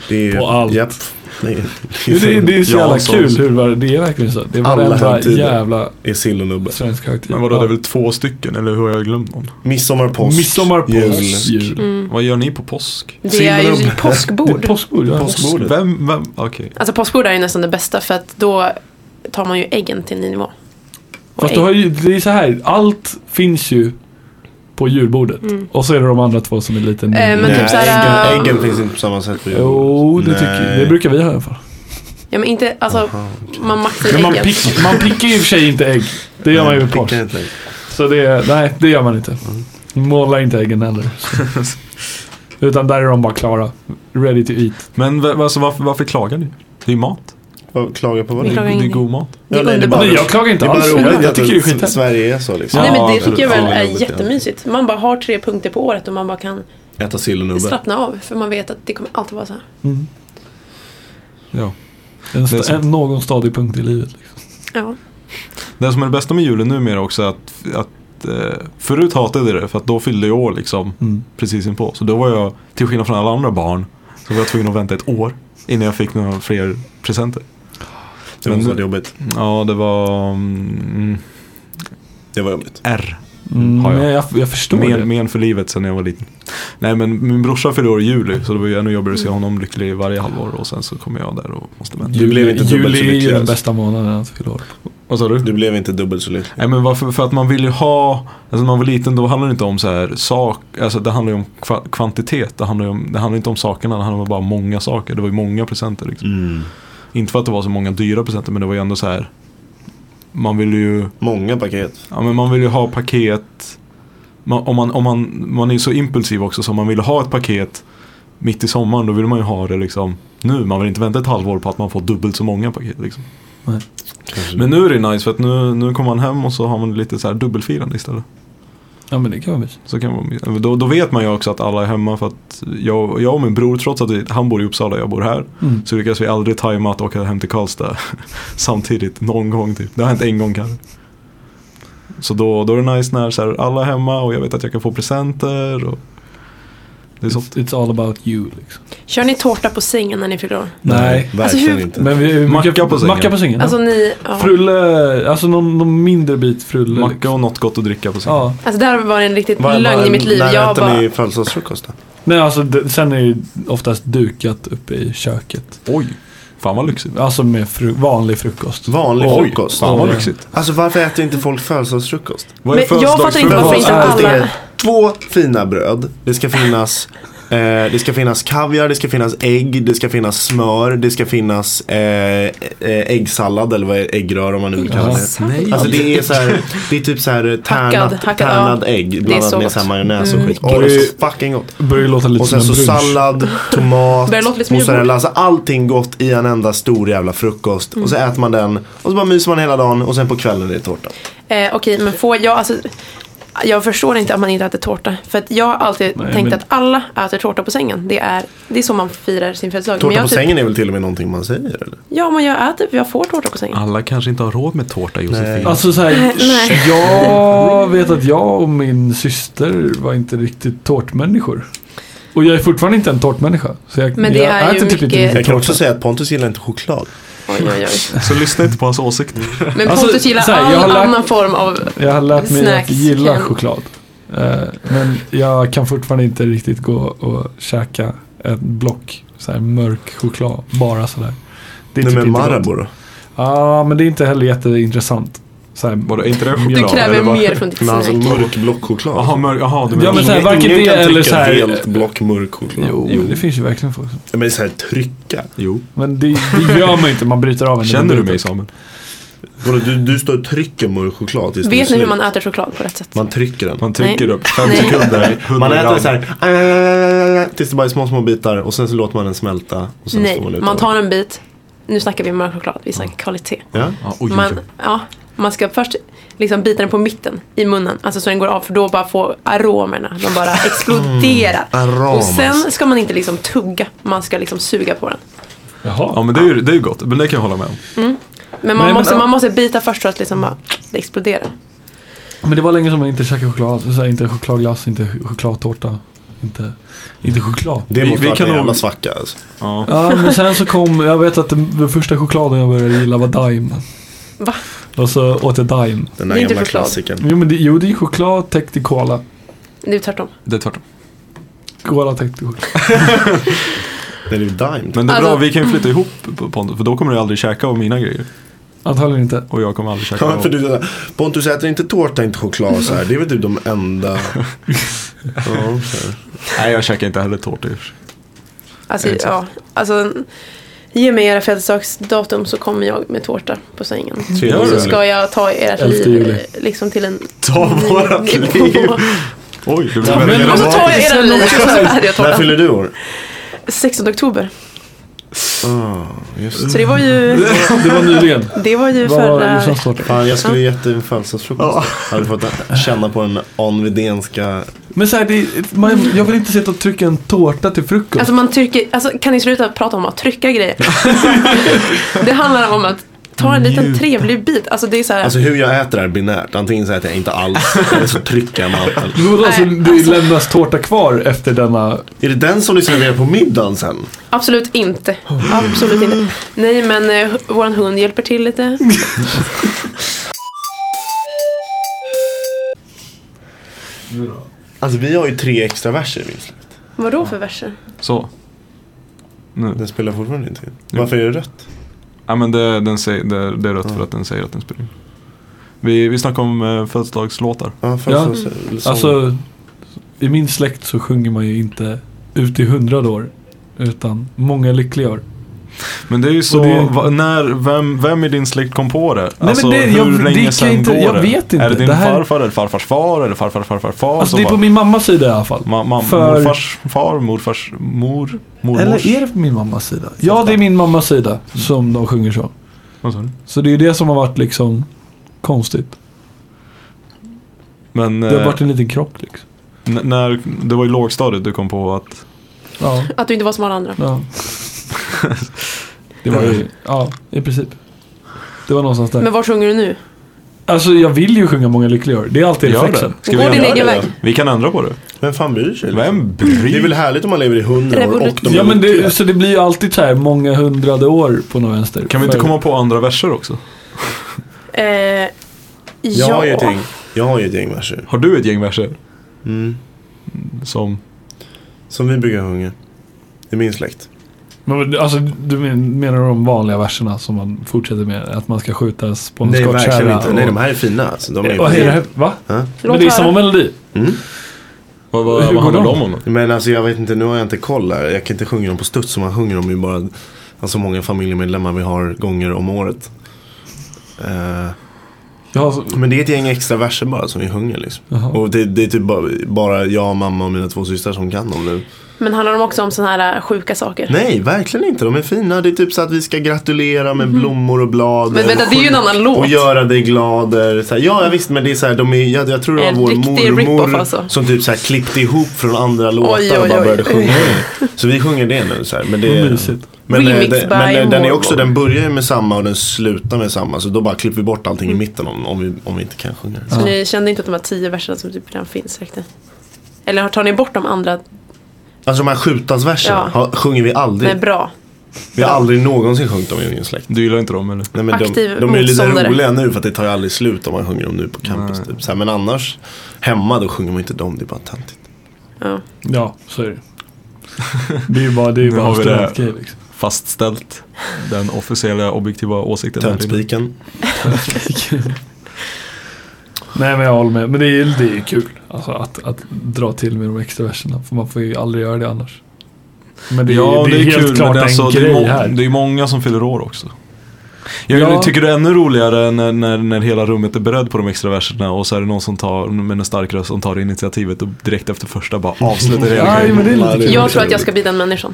Speaker 4: Det är,
Speaker 3: På allt.
Speaker 4: Japp. Det är,
Speaker 3: Det, det, det är så jävla
Speaker 2: Janssons.
Speaker 3: kul hur var, det är verkligen så. Det var
Speaker 4: Alla
Speaker 3: varenda
Speaker 4: högtider.
Speaker 3: jävla
Speaker 4: är sill och nubbe.
Speaker 3: svensk högtid.
Speaker 2: Men vadå, det är väl två stycken eller hur har jag glömt någon?
Speaker 4: Midsommar, påsk,
Speaker 3: Midsommar, påsk,
Speaker 4: jul.
Speaker 3: jul.
Speaker 5: Mm.
Speaker 2: Vad gör ni på påsk?
Speaker 5: Det
Speaker 4: Silver
Speaker 5: är ju
Speaker 4: upp.
Speaker 3: Det är
Speaker 5: påskbord.
Speaker 3: påskbord, ja.
Speaker 4: Påsk. Påskbordet.
Speaker 2: Vem, vem, okej.
Speaker 5: Alltså påskbord är ju nästan det bästa för att då tar man ju äggen till en ny nivå. Och
Speaker 3: Fast
Speaker 5: ägg.
Speaker 3: du har ju, det är så här, allt finns ju på julbordet. Och så är det de andra två som är lite
Speaker 5: Mm. Eh, men
Speaker 4: Nej,
Speaker 5: typ såhär,
Speaker 4: äggen, äggen
Speaker 5: äh,
Speaker 4: finns inte på samma sätt på jul.
Speaker 3: Jo, det,
Speaker 4: Nej.
Speaker 3: tycker, det brukar vi ha i alla fall.
Speaker 5: Ja men inte, alltså man maxar
Speaker 3: Men man,
Speaker 5: äggen.
Speaker 3: pick, man pickar ju i och för sig inte ägg. Det gör man ju med påsk.
Speaker 4: Pickar inte ägg.
Speaker 3: Så det, nej, det gör man inte. Måla inte äggen heller. Utan där är de bara klara. Ready to eat.
Speaker 2: Men v- alltså, varför, varför klagar ni? Det är mat.
Speaker 4: Vad- Klaga på vad?
Speaker 5: Vi
Speaker 2: Det är,
Speaker 4: Det
Speaker 5: klagar
Speaker 2: det är
Speaker 5: ingenting.
Speaker 2: god mat.
Speaker 5: Det är
Speaker 4: Ja, nej, det är
Speaker 5: underbart.
Speaker 4: bara-
Speaker 3: Nej, jag klagar
Speaker 4: är
Speaker 3: inte
Speaker 4: bara
Speaker 3: alls. Jag,
Speaker 4: roligt
Speaker 3: jag
Speaker 4: att
Speaker 3: tycker det är
Speaker 4: S-
Speaker 3: skithemskt.
Speaker 4: Sverige är så liksom.
Speaker 5: Nej men det
Speaker 2: Ja,
Speaker 5: tycker jag väl
Speaker 4: absolut.
Speaker 5: är jättemysigt. Man bara har tre punkter på året och man bara kan
Speaker 4: Äta sill och nubbe.
Speaker 5: slappna av. För man vet att det kommer alltid vara så här.
Speaker 3: Mm.
Speaker 2: Ja.
Speaker 3: En
Speaker 2: Det är
Speaker 3: sta,
Speaker 2: sant.
Speaker 3: en, någon stadig punkt i livet. Liksom.
Speaker 5: Ja.
Speaker 2: Det som är det bästa med julen numera också är att, att eh, förut hatade jag det för att då fyllde jag år liksom
Speaker 3: Mm.
Speaker 2: precis inpå. Så då var jag, till skillnad från alla andra barn, så var jag tvungen att vänta ett år innan jag fick några fler presenter.
Speaker 4: Det måste varit jobbigt.
Speaker 2: Ja, det var mm,
Speaker 4: Det var jobbigt.
Speaker 2: R.
Speaker 3: Mm,
Speaker 2: Har jag.
Speaker 3: men jag, jag förstår
Speaker 2: Men,
Speaker 3: det.
Speaker 2: men för livet sen jag var liten. Nej men min brorsa fyllde år i juli så det var ju ännu jobbigare att se honom lycklig varje halvår och sen så kommer jag där och måste vänta.
Speaker 4: Du blev inte dubbelt så
Speaker 3: Juli är ju
Speaker 4: lycklig
Speaker 3: den
Speaker 4: alltså.
Speaker 3: bästa månaden att fylla år.
Speaker 2: Vad sa
Speaker 4: Du blev inte dubbelt så lycklig.
Speaker 2: Nej men varför, för att man vill ju ha, alltså när man var liten då handlade det inte om så här sak, alltså det handlar ju om kva, kvantitet, det handlar ju om, det handlar inte om sakerna, det handlar om bara många saker, det var ju många presenter liksom.
Speaker 3: Mm.
Speaker 2: Inte för att det var så många dyra presenter men det var ju ändå så här, man vill ju
Speaker 4: Många paket.
Speaker 2: Ja men man vill ju ha paket. Man, om man, om man, man är ju så impulsiv också så om man vill ha ett paket mitt i sommaren då vill man ju ha det liksom nu. Man vill inte vänta ett halvår på att man får dubbelt så många paket. Liksom.
Speaker 4: Kanske.
Speaker 2: Men nu är det nice för att nu, nu kommer man hem och så har man lite så här dubbelfirande istället.
Speaker 3: Ja men det kan vara mysigt.
Speaker 2: Så kan man, då, då vet man ju också att alla är hemma för att jag, jag och min bror trots att vi, han bor i Uppsala och jag bor här
Speaker 3: Mm.
Speaker 2: så lyckas vi aldrig tajma att åka hem till Karlstad samtidigt någon gång typ. Det har hänt en gång kanske. Så då, då är det nice när så här, alla är hemma och jag vet att jag kan få presenter. Och det är så.
Speaker 3: It's, it's all about you liksom.
Speaker 5: Kör ni tårta på sängen när ni fyller år?
Speaker 3: Nej.
Speaker 4: Verkligen
Speaker 5: Alltså, hur-
Speaker 4: inte.
Speaker 3: Men vi, vi
Speaker 2: Macka
Speaker 3: brukar-
Speaker 2: på sängen.
Speaker 3: Macka på sängen.
Speaker 5: Alltså
Speaker 3: Alltså,
Speaker 5: ni, ja.
Speaker 3: frulle, alltså någon, någon mindre bit frulle.
Speaker 2: Macka
Speaker 3: liksom.
Speaker 2: och något gott att dricka på sig.
Speaker 3: Ja.
Speaker 5: Alltså det här var en riktigt
Speaker 4: Vad-
Speaker 5: lögn
Speaker 4: vad-
Speaker 5: i mitt liv.
Speaker 4: När
Speaker 5: Jag
Speaker 4: äter
Speaker 5: bara,
Speaker 4: ni födelsedagsfrukost då?
Speaker 3: Nej alltså det, sen är det ju oftast dukat uppe i köket.
Speaker 2: Oj, fan vad lyxigt.
Speaker 3: Alltså med fru, vanlig frukost.
Speaker 4: Vanlig
Speaker 3: Oj,
Speaker 4: frukost?
Speaker 2: Fan vad
Speaker 3: Ja.
Speaker 2: lyxigt.
Speaker 4: Alltså varför äter inte folk födelsedagsfrukost?
Speaker 2: Vad är
Speaker 5: Men jag fattar inte
Speaker 2: födelsedagsfrukost?
Speaker 5: varför inte
Speaker 4: Födelsedagsfrukost
Speaker 5: alla-
Speaker 4: är två fina bröd. Det ska finnas Eh, det ska finnas kaviar, det ska finnas ägg, det ska finnas smör, det ska finnas eh, eh, äggsallad eller vad är äggrör om man nu vill kalla det.
Speaker 2: Nej.
Speaker 4: Alltså det är så här, det är typ så här tärnat,
Speaker 5: Hackad, hackad,
Speaker 4: tärnad
Speaker 5: ja.
Speaker 4: ägg
Speaker 5: Det är
Speaker 4: blandat
Speaker 5: så
Speaker 4: med
Speaker 5: gott. Mm.
Speaker 4: så här majonnäs och skit. Åh, det är så fucking gott.
Speaker 3: Börjar ju låta lite
Speaker 4: Och sen så
Speaker 3: som en brunch.
Speaker 4: sallad, tomat,
Speaker 5: Börjar låta lite som julbord.
Speaker 4: mozzarella. Alltså allting gott i en enda stor jävla frukost. Och så
Speaker 5: Mm.
Speaker 4: äter man den och så bara myser man hela dagen och sen på kvällen är det tårta.
Speaker 5: eh, okej men får jag, alltså Jag förstår inte att man inte äter tårta. För att jag har alltid
Speaker 3: Nej,
Speaker 5: tänkt
Speaker 3: men-
Speaker 5: att alla äter tårta på sängen. Det är, det är så man firar sin födelsedag. Men
Speaker 4: Tårta
Speaker 5: jag
Speaker 4: på
Speaker 5: typ,
Speaker 4: sängen är väl till och med någonting man säger eller?
Speaker 5: Ja, men jag äter, jag får tårta på sängen.
Speaker 2: Alla kanske inte har råd med tårta Josefin.
Speaker 3: Alltså så här,
Speaker 5: Nej.
Speaker 3: jag vet att jag och min syster var inte riktigt tårtmänniskor. Och jag är fortfarande inte en tårtmänniska. Så jag,
Speaker 5: Men det
Speaker 3: jag
Speaker 5: är ju
Speaker 3: äter typ inte
Speaker 5: mycket-
Speaker 4: Jag
Speaker 3: riktigt
Speaker 4: kan
Speaker 3: tårta.
Speaker 4: också säga att Pontus gillar inte choklad.
Speaker 5: Oj, oj, oj.
Speaker 2: Så lyssna inte på hans åsikter.
Speaker 5: Men
Speaker 3: Alltså,
Speaker 5: Pontus gillar
Speaker 3: så här,
Speaker 5: all
Speaker 3: jag har lärt-
Speaker 5: annan form av...
Speaker 3: Jag har lärt mig
Speaker 5: Snacks
Speaker 3: att gilla
Speaker 5: kan-
Speaker 3: choklad. Eh, Men jag kan fortfarande inte riktigt gå och käka ett block så här mörk choklad. Bara sådär. Det är
Speaker 4: Nej
Speaker 3: typ
Speaker 4: men
Speaker 3: inte gott.
Speaker 4: Marabou då?
Speaker 3: Ja, men det är inte heller jätteintressant. Så här,
Speaker 2: Vadå, är inte det
Speaker 5: Du
Speaker 2: choklad?
Speaker 5: kräver
Speaker 2: eller vad?
Speaker 5: mer från ditt
Speaker 4: Men
Speaker 5: snack.
Speaker 4: alltså mörk blockchoklad.
Speaker 2: Jaha, mörk, jaha, du menar.
Speaker 3: Ja, men så här,
Speaker 4: Ingen-
Speaker 3: varken
Speaker 4: ingen
Speaker 3: det
Speaker 4: kan
Speaker 3: eller
Speaker 4: trycka
Speaker 3: så här-
Speaker 4: helt block mörk choklad.
Speaker 3: jo,
Speaker 4: Jo.
Speaker 3: det finns ju verkligen folk som-
Speaker 4: Men så här trycka.
Speaker 2: Jo.
Speaker 3: Men det, det gör man ju inte, man bryter av en.
Speaker 2: Känner du mig Samuel?
Speaker 4: Vadå, Du, du står och trycker mörk choklad tills den är
Speaker 5: Vet ni hur
Speaker 4: slut.
Speaker 5: man äter choklad på rätt sätt?
Speaker 4: Man trycker den.
Speaker 2: Man trycker
Speaker 5: Nej.
Speaker 2: upp fem
Speaker 5: Nej.
Speaker 2: sekunder, 100
Speaker 4: Man äter
Speaker 2: gram.
Speaker 4: så här äh, tills det bara är små, små bitar och sen så låter man den smälta. Och sen
Speaker 5: Nej,
Speaker 4: står
Speaker 5: man,
Speaker 4: ut av
Speaker 5: tar en bit. Nu snackar vi mörk choklad, vi snackar kvalitet.
Speaker 4: den. Ja?
Speaker 2: Ja, oj, oj,
Speaker 5: Man,
Speaker 2: oj.
Speaker 5: ja, man ska först liksom bita den på mitten i munnen, alltså så den går av för då bara får aromerna, de bara exploderar.
Speaker 4: arom,
Speaker 5: Och sen
Speaker 4: alltså.
Speaker 5: ska man inte liksom tugga, man ska liksom suga på den.
Speaker 2: Ja,
Speaker 3: Jaha.
Speaker 2: men det är ju det är ju gott. Men det kan jag hålla med om.
Speaker 5: Men
Speaker 3: Nej,
Speaker 5: man,
Speaker 3: men-
Speaker 5: måste, man måste bita först så att liksom bara, det exploderar.
Speaker 3: Men det var länge som jag inte käkade choklad. Så här, inte chokladglass, inte ch- chokladtårta. Inte, inte choklad.
Speaker 4: Det
Speaker 2: Vi-
Speaker 4: måste
Speaker 2: vi
Speaker 4: varit
Speaker 2: kan
Speaker 4: en
Speaker 2: nog-
Speaker 4: jävla svacka alltså.
Speaker 2: Ja.
Speaker 3: Ja, men sen så kom, jag vet att den, den första chokladen jag började gilla var Daim.
Speaker 5: Va?
Speaker 3: Och så åt jag Daim.
Speaker 4: Den där
Speaker 5: Det är inte
Speaker 4: gamla
Speaker 5: choklad.
Speaker 4: klassikern.
Speaker 3: Jo, men det, jo, det är choklad täckt i cola.
Speaker 5: Det är tvärtom.
Speaker 2: Det är tvärtom.
Speaker 3: Cola täckt i choklad.
Speaker 4: Det är ju Dime.
Speaker 2: Men det är
Speaker 5: Alltså-
Speaker 2: bra, vi kan ju flytta ihop Pontus. För då kommer du aldrig käka av mina grejer.
Speaker 3: Antagligen inte.
Speaker 2: Och jag kommer aldrig käka
Speaker 4: Ja,
Speaker 2: av...
Speaker 4: för du, är såhär, Pontus äter inte tårta, inte choklad så här. Det är väl typ de enda. Ja, så här.
Speaker 2: Nej, jag käkar inte heller tårta i och för sig.
Speaker 5: Alltså,
Speaker 2: Exakt.
Speaker 5: ja, alltså, ge mig era födelsedagsdatum så kommer jag med tårta på sängen.
Speaker 4: Tredje
Speaker 5: Och så
Speaker 4: juli.
Speaker 5: ska jag ta ert
Speaker 3: 11
Speaker 5: liv
Speaker 3: juli.
Speaker 5: eh, liksom till en
Speaker 2: Ta
Speaker 5: ny
Speaker 2: vårat
Speaker 5: nivå.
Speaker 2: liv. Oj, det blir
Speaker 4: men-
Speaker 2: väldigt
Speaker 5: Och så tar jag era liv och så äter jag
Speaker 4: När
Speaker 5: tårta.
Speaker 4: fyller du år?
Speaker 5: 16 oktober.
Speaker 4: Ah, just det.
Speaker 5: Så det var ju,
Speaker 3: Det var nyligen.
Speaker 5: det var ju
Speaker 3: Vad var
Speaker 5: förra...
Speaker 3: Lussans tårta?
Speaker 4: Fan, jag skulle gett dig en födelsedagsfrukost. Hade fått känna på den anvidénska
Speaker 3: Men så här, det, man, jag vill inte sitta och trycka en tårta till frukost.
Speaker 5: Alltså man trycker, alltså kan ni sluta prata om att trycka grejer? det handlar om att ta en liten
Speaker 2: Njuta.
Speaker 5: trevlig bit. Alltså det är så här,
Speaker 4: Alltså hur jag äter är binärt. Antingen så äter jag inte alls eller så trycker jag med allt.
Speaker 3: Men vadå, så
Speaker 5: Nej,
Speaker 3: alltså
Speaker 5: alltså-
Speaker 3: det lämnas tårta kvar efter denna...
Speaker 4: Är det den som ni serverar på middagen sen?
Speaker 5: absolut inte. Absolut inte. Nej men eh, våran hund hjälper till lite.
Speaker 4: Alltså vi har ju tre extra verser Vincent.
Speaker 5: Vadå för verser?
Speaker 2: Så. Nu.
Speaker 4: Den spelar fortfarande inte. Mm. Varför är det rött?
Speaker 2: Ja, men det, den säger, det, det är rött för att den säger att den spelar in. Vi, vi snackade om eh, födelsedagslåtar.
Speaker 4: Ja, för
Speaker 3: Ja.
Speaker 4: så, så, så.
Speaker 3: Alltså, i min släkt så sjunger man ju inte ut i hundrade år. Utan många lyckliga år.
Speaker 2: Men det är ju så,
Speaker 3: Och det-
Speaker 2: va, när, vem, vem i din släkt kom på det?
Speaker 3: men
Speaker 2: alltså
Speaker 3: det-
Speaker 2: hur
Speaker 3: jag- det kan
Speaker 2: länge
Speaker 3: jag
Speaker 2: sen
Speaker 3: inte-
Speaker 2: går
Speaker 3: jag
Speaker 2: det?
Speaker 3: vet inte.
Speaker 2: Är det din
Speaker 3: Det här-
Speaker 2: farfar eller farfars far eller farfar farfar far?
Speaker 3: Alltså
Speaker 2: som
Speaker 3: det är
Speaker 2: var-
Speaker 3: på min mammas sida i alla fall.
Speaker 2: Ma- ma-
Speaker 3: för-
Speaker 2: Morfars far, morfars mor, mormors. Mm.
Speaker 3: Eller är det på min mammas sida? Ja, det är min mammas sida som de sjunger så.
Speaker 2: Vad sa du?
Speaker 3: Så det är ju det som har varit liksom konstigt.
Speaker 2: Men
Speaker 3: Det har
Speaker 2: eh,
Speaker 3: varit en liten krock liksom.
Speaker 2: n- när, det var i lågstadiet du kom på att
Speaker 3: Ja,
Speaker 5: Att du inte var som alla andra.
Speaker 3: ja. Det var
Speaker 2: Eh.
Speaker 3: ju, ja, i princip. Det var någonstans där.
Speaker 5: Men var sjunger du nu?
Speaker 3: Alltså jag vill ju sjunga många lyckliga år. Det är alltid
Speaker 2: Gör
Speaker 3: reflexen.
Speaker 2: det. Ska vi
Speaker 5: Gå din
Speaker 2: ändra
Speaker 5: egen
Speaker 4: det
Speaker 5: väg.
Speaker 4: då?
Speaker 2: Vi kan ändra på det.
Speaker 4: Vem fan bryr sig?
Speaker 2: Vem
Speaker 4: Det är väl
Speaker 2: bryr
Speaker 4: härligt om man lever i hundra år och de
Speaker 5: Revolution.
Speaker 4: är
Speaker 3: Ja men
Speaker 4: lyckliga.
Speaker 3: det, så det blir ju alltid så här många hundrade år på något vänster.
Speaker 2: Kan vi inte
Speaker 3: För-
Speaker 2: komma på andra verser också?
Speaker 5: Eh,
Speaker 4: Jag har ju
Speaker 5: ja.
Speaker 4: ett gäng, jag har ju ett gäng verser.
Speaker 2: Har du ett gäng verser?
Speaker 4: Mm.
Speaker 2: Som,
Speaker 4: Som vi brukar sjunga. I min släkt.
Speaker 3: Men, alltså, du men- menar de vanliga verserna som man fortsätter med? Att man ska skjutas på en
Speaker 4: Nej verkligen
Speaker 3: skottkärra?
Speaker 4: inte.
Speaker 3: och-
Speaker 4: Nej de här är fina. Alltså, de är
Speaker 3: och hej, det
Speaker 4: ju...
Speaker 3: här- Va?
Speaker 4: Ja.
Speaker 5: Låt
Speaker 3: Men det är
Speaker 5: höra.
Speaker 3: samma melodi?
Speaker 4: Mm.
Speaker 2: vad,
Speaker 3: Hur
Speaker 2: vad,
Speaker 3: går
Speaker 2: vad handlar
Speaker 3: de?
Speaker 2: de om? då?
Speaker 4: Men alltså jag vet inte, nu har jag inte koll här. Jag kan inte sjunga dem på studs. Man sjunger dem ju bara, alltså många familjemedlemmar vi har gånger om året. Eh,
Speaker 3: Ja, så,
Speaker 4: men det är ett gäng extra verser bara som vi sjunger liksom.
Speaker 3: Jaha.
Speaker 4: Och det, det är typ bara, bara jag, mamma och mina två systrar som kan dem nu.
Speaker 5: Men handlar de också om sådana här eh, sjuka saker?
Speaker 4: Nej, verkligen inte. De är fina. Det är typ så att vi ska gratulera med blommor och blad.
Speaker 5: Mhm. Men
Speaker 4: och
Speaker 5: vänta, det är ju en
Speaker 4: skit.
Speaker 5: annan låt.
Speaker 4: Och göra dig glad. eller Så här, ja, jag visst, men det är så här, de är, jag, jag tror det var
Speaker 5: En
Speaker 4: vår
Speaker 5: riktig rip-off
Speaker 4: mormor
Speaker 5: alltså.
Speaker 4: som typ så här klippte ihop från andra låtar
Speaker 5: oj,
Speaker 4: och bara
Speaker 5: oj.
Speaker 4: började sjunga det. Så vi sjunger det nu. Så här. Men det
Speaker 3: Vad mysigt.
Speaker 4: Men, eh,
Speaker 5: Remix
Speaker 4: det,
Speaker 5: by
Speaker 4: men eh, den, är
Speaker 5: Mormor.
Speaker 4: också, den börjar ju med samma och den slutar med samma. Så då bara klipper vi bort allting i
Speaker 5: Mm.
Speaker 4: mitten om, om, vi, om vi inte kan sjunga det.
Speaker 5: Så ni kände inte att de här tio verserna som typ redan finns räckte? Eller tar ni bort de andra?
Speaker 4: Alltså de här skjutansverserna
Speaker 5: Ja.
Speaker 4: har- sjunger vi aldrig.
Speaker 5: Nej, bra.
Speaker 4: vi har aldrig någonsin sjungit dem i ingen släkt.
Speaker 2: Du gillar inte dem eller?
Speaker 4: Nej, men
Speaker 5: Aktiv
Speaker 4: de, de är ju lite
Speaker 5: motståndare.
Speaker 4: roliga nu för att det tar ju aldrig slut om man sjunger dem nu på campus. Typ. Så här, men annars, hemma då sjunger man inte dem, det är bara töntigt.
Speaker 5: Ja.
Speaker 3: Ja, så är det. Det är ju bara, det är ju
Speaker 2: Nu
Speaker 3: bara
Speaker 2: har vi det.
Speaker 3: studentgrej liksom.
Speaker 2: Fastställt den officiella objektiva åsikten. här inne.
Speaker 4: Töntspiken.
Speaker 3: Nej men jag håller med. Men det är ju det är ju kul. Alltså att, att dra till med de extra verserna. För man får ju aldrig göra det annars. Men det är,
Speaker 2: Ja,
Speaker 3: det är, helt klart
Speaker 2: det är, alltså,
Speaker 3: en
Speaker 2: det, är
Speaker 3: grej
Speaker 2: må-
Speaker 3: här.
Speaker 2: det är många som fyller år också. Jag
Speaker 3: Ja.
Speaker 2: tycker det är ännu roligare när, när, när hela rummet är beredd på de extra verserna och så är det någon som tar, med en stark röst som tar initiativet och direkt efter första bara avslutar hela
Speaker 3: Nej, men
Speaker 2: grejen.
Speaker 3: det är
Speaker 4: Ja,
Speaker 3: lite
Speaker 4: det är
Speaker 3: kul.
Speaker 5: Jag tror att jag ska bli den människan.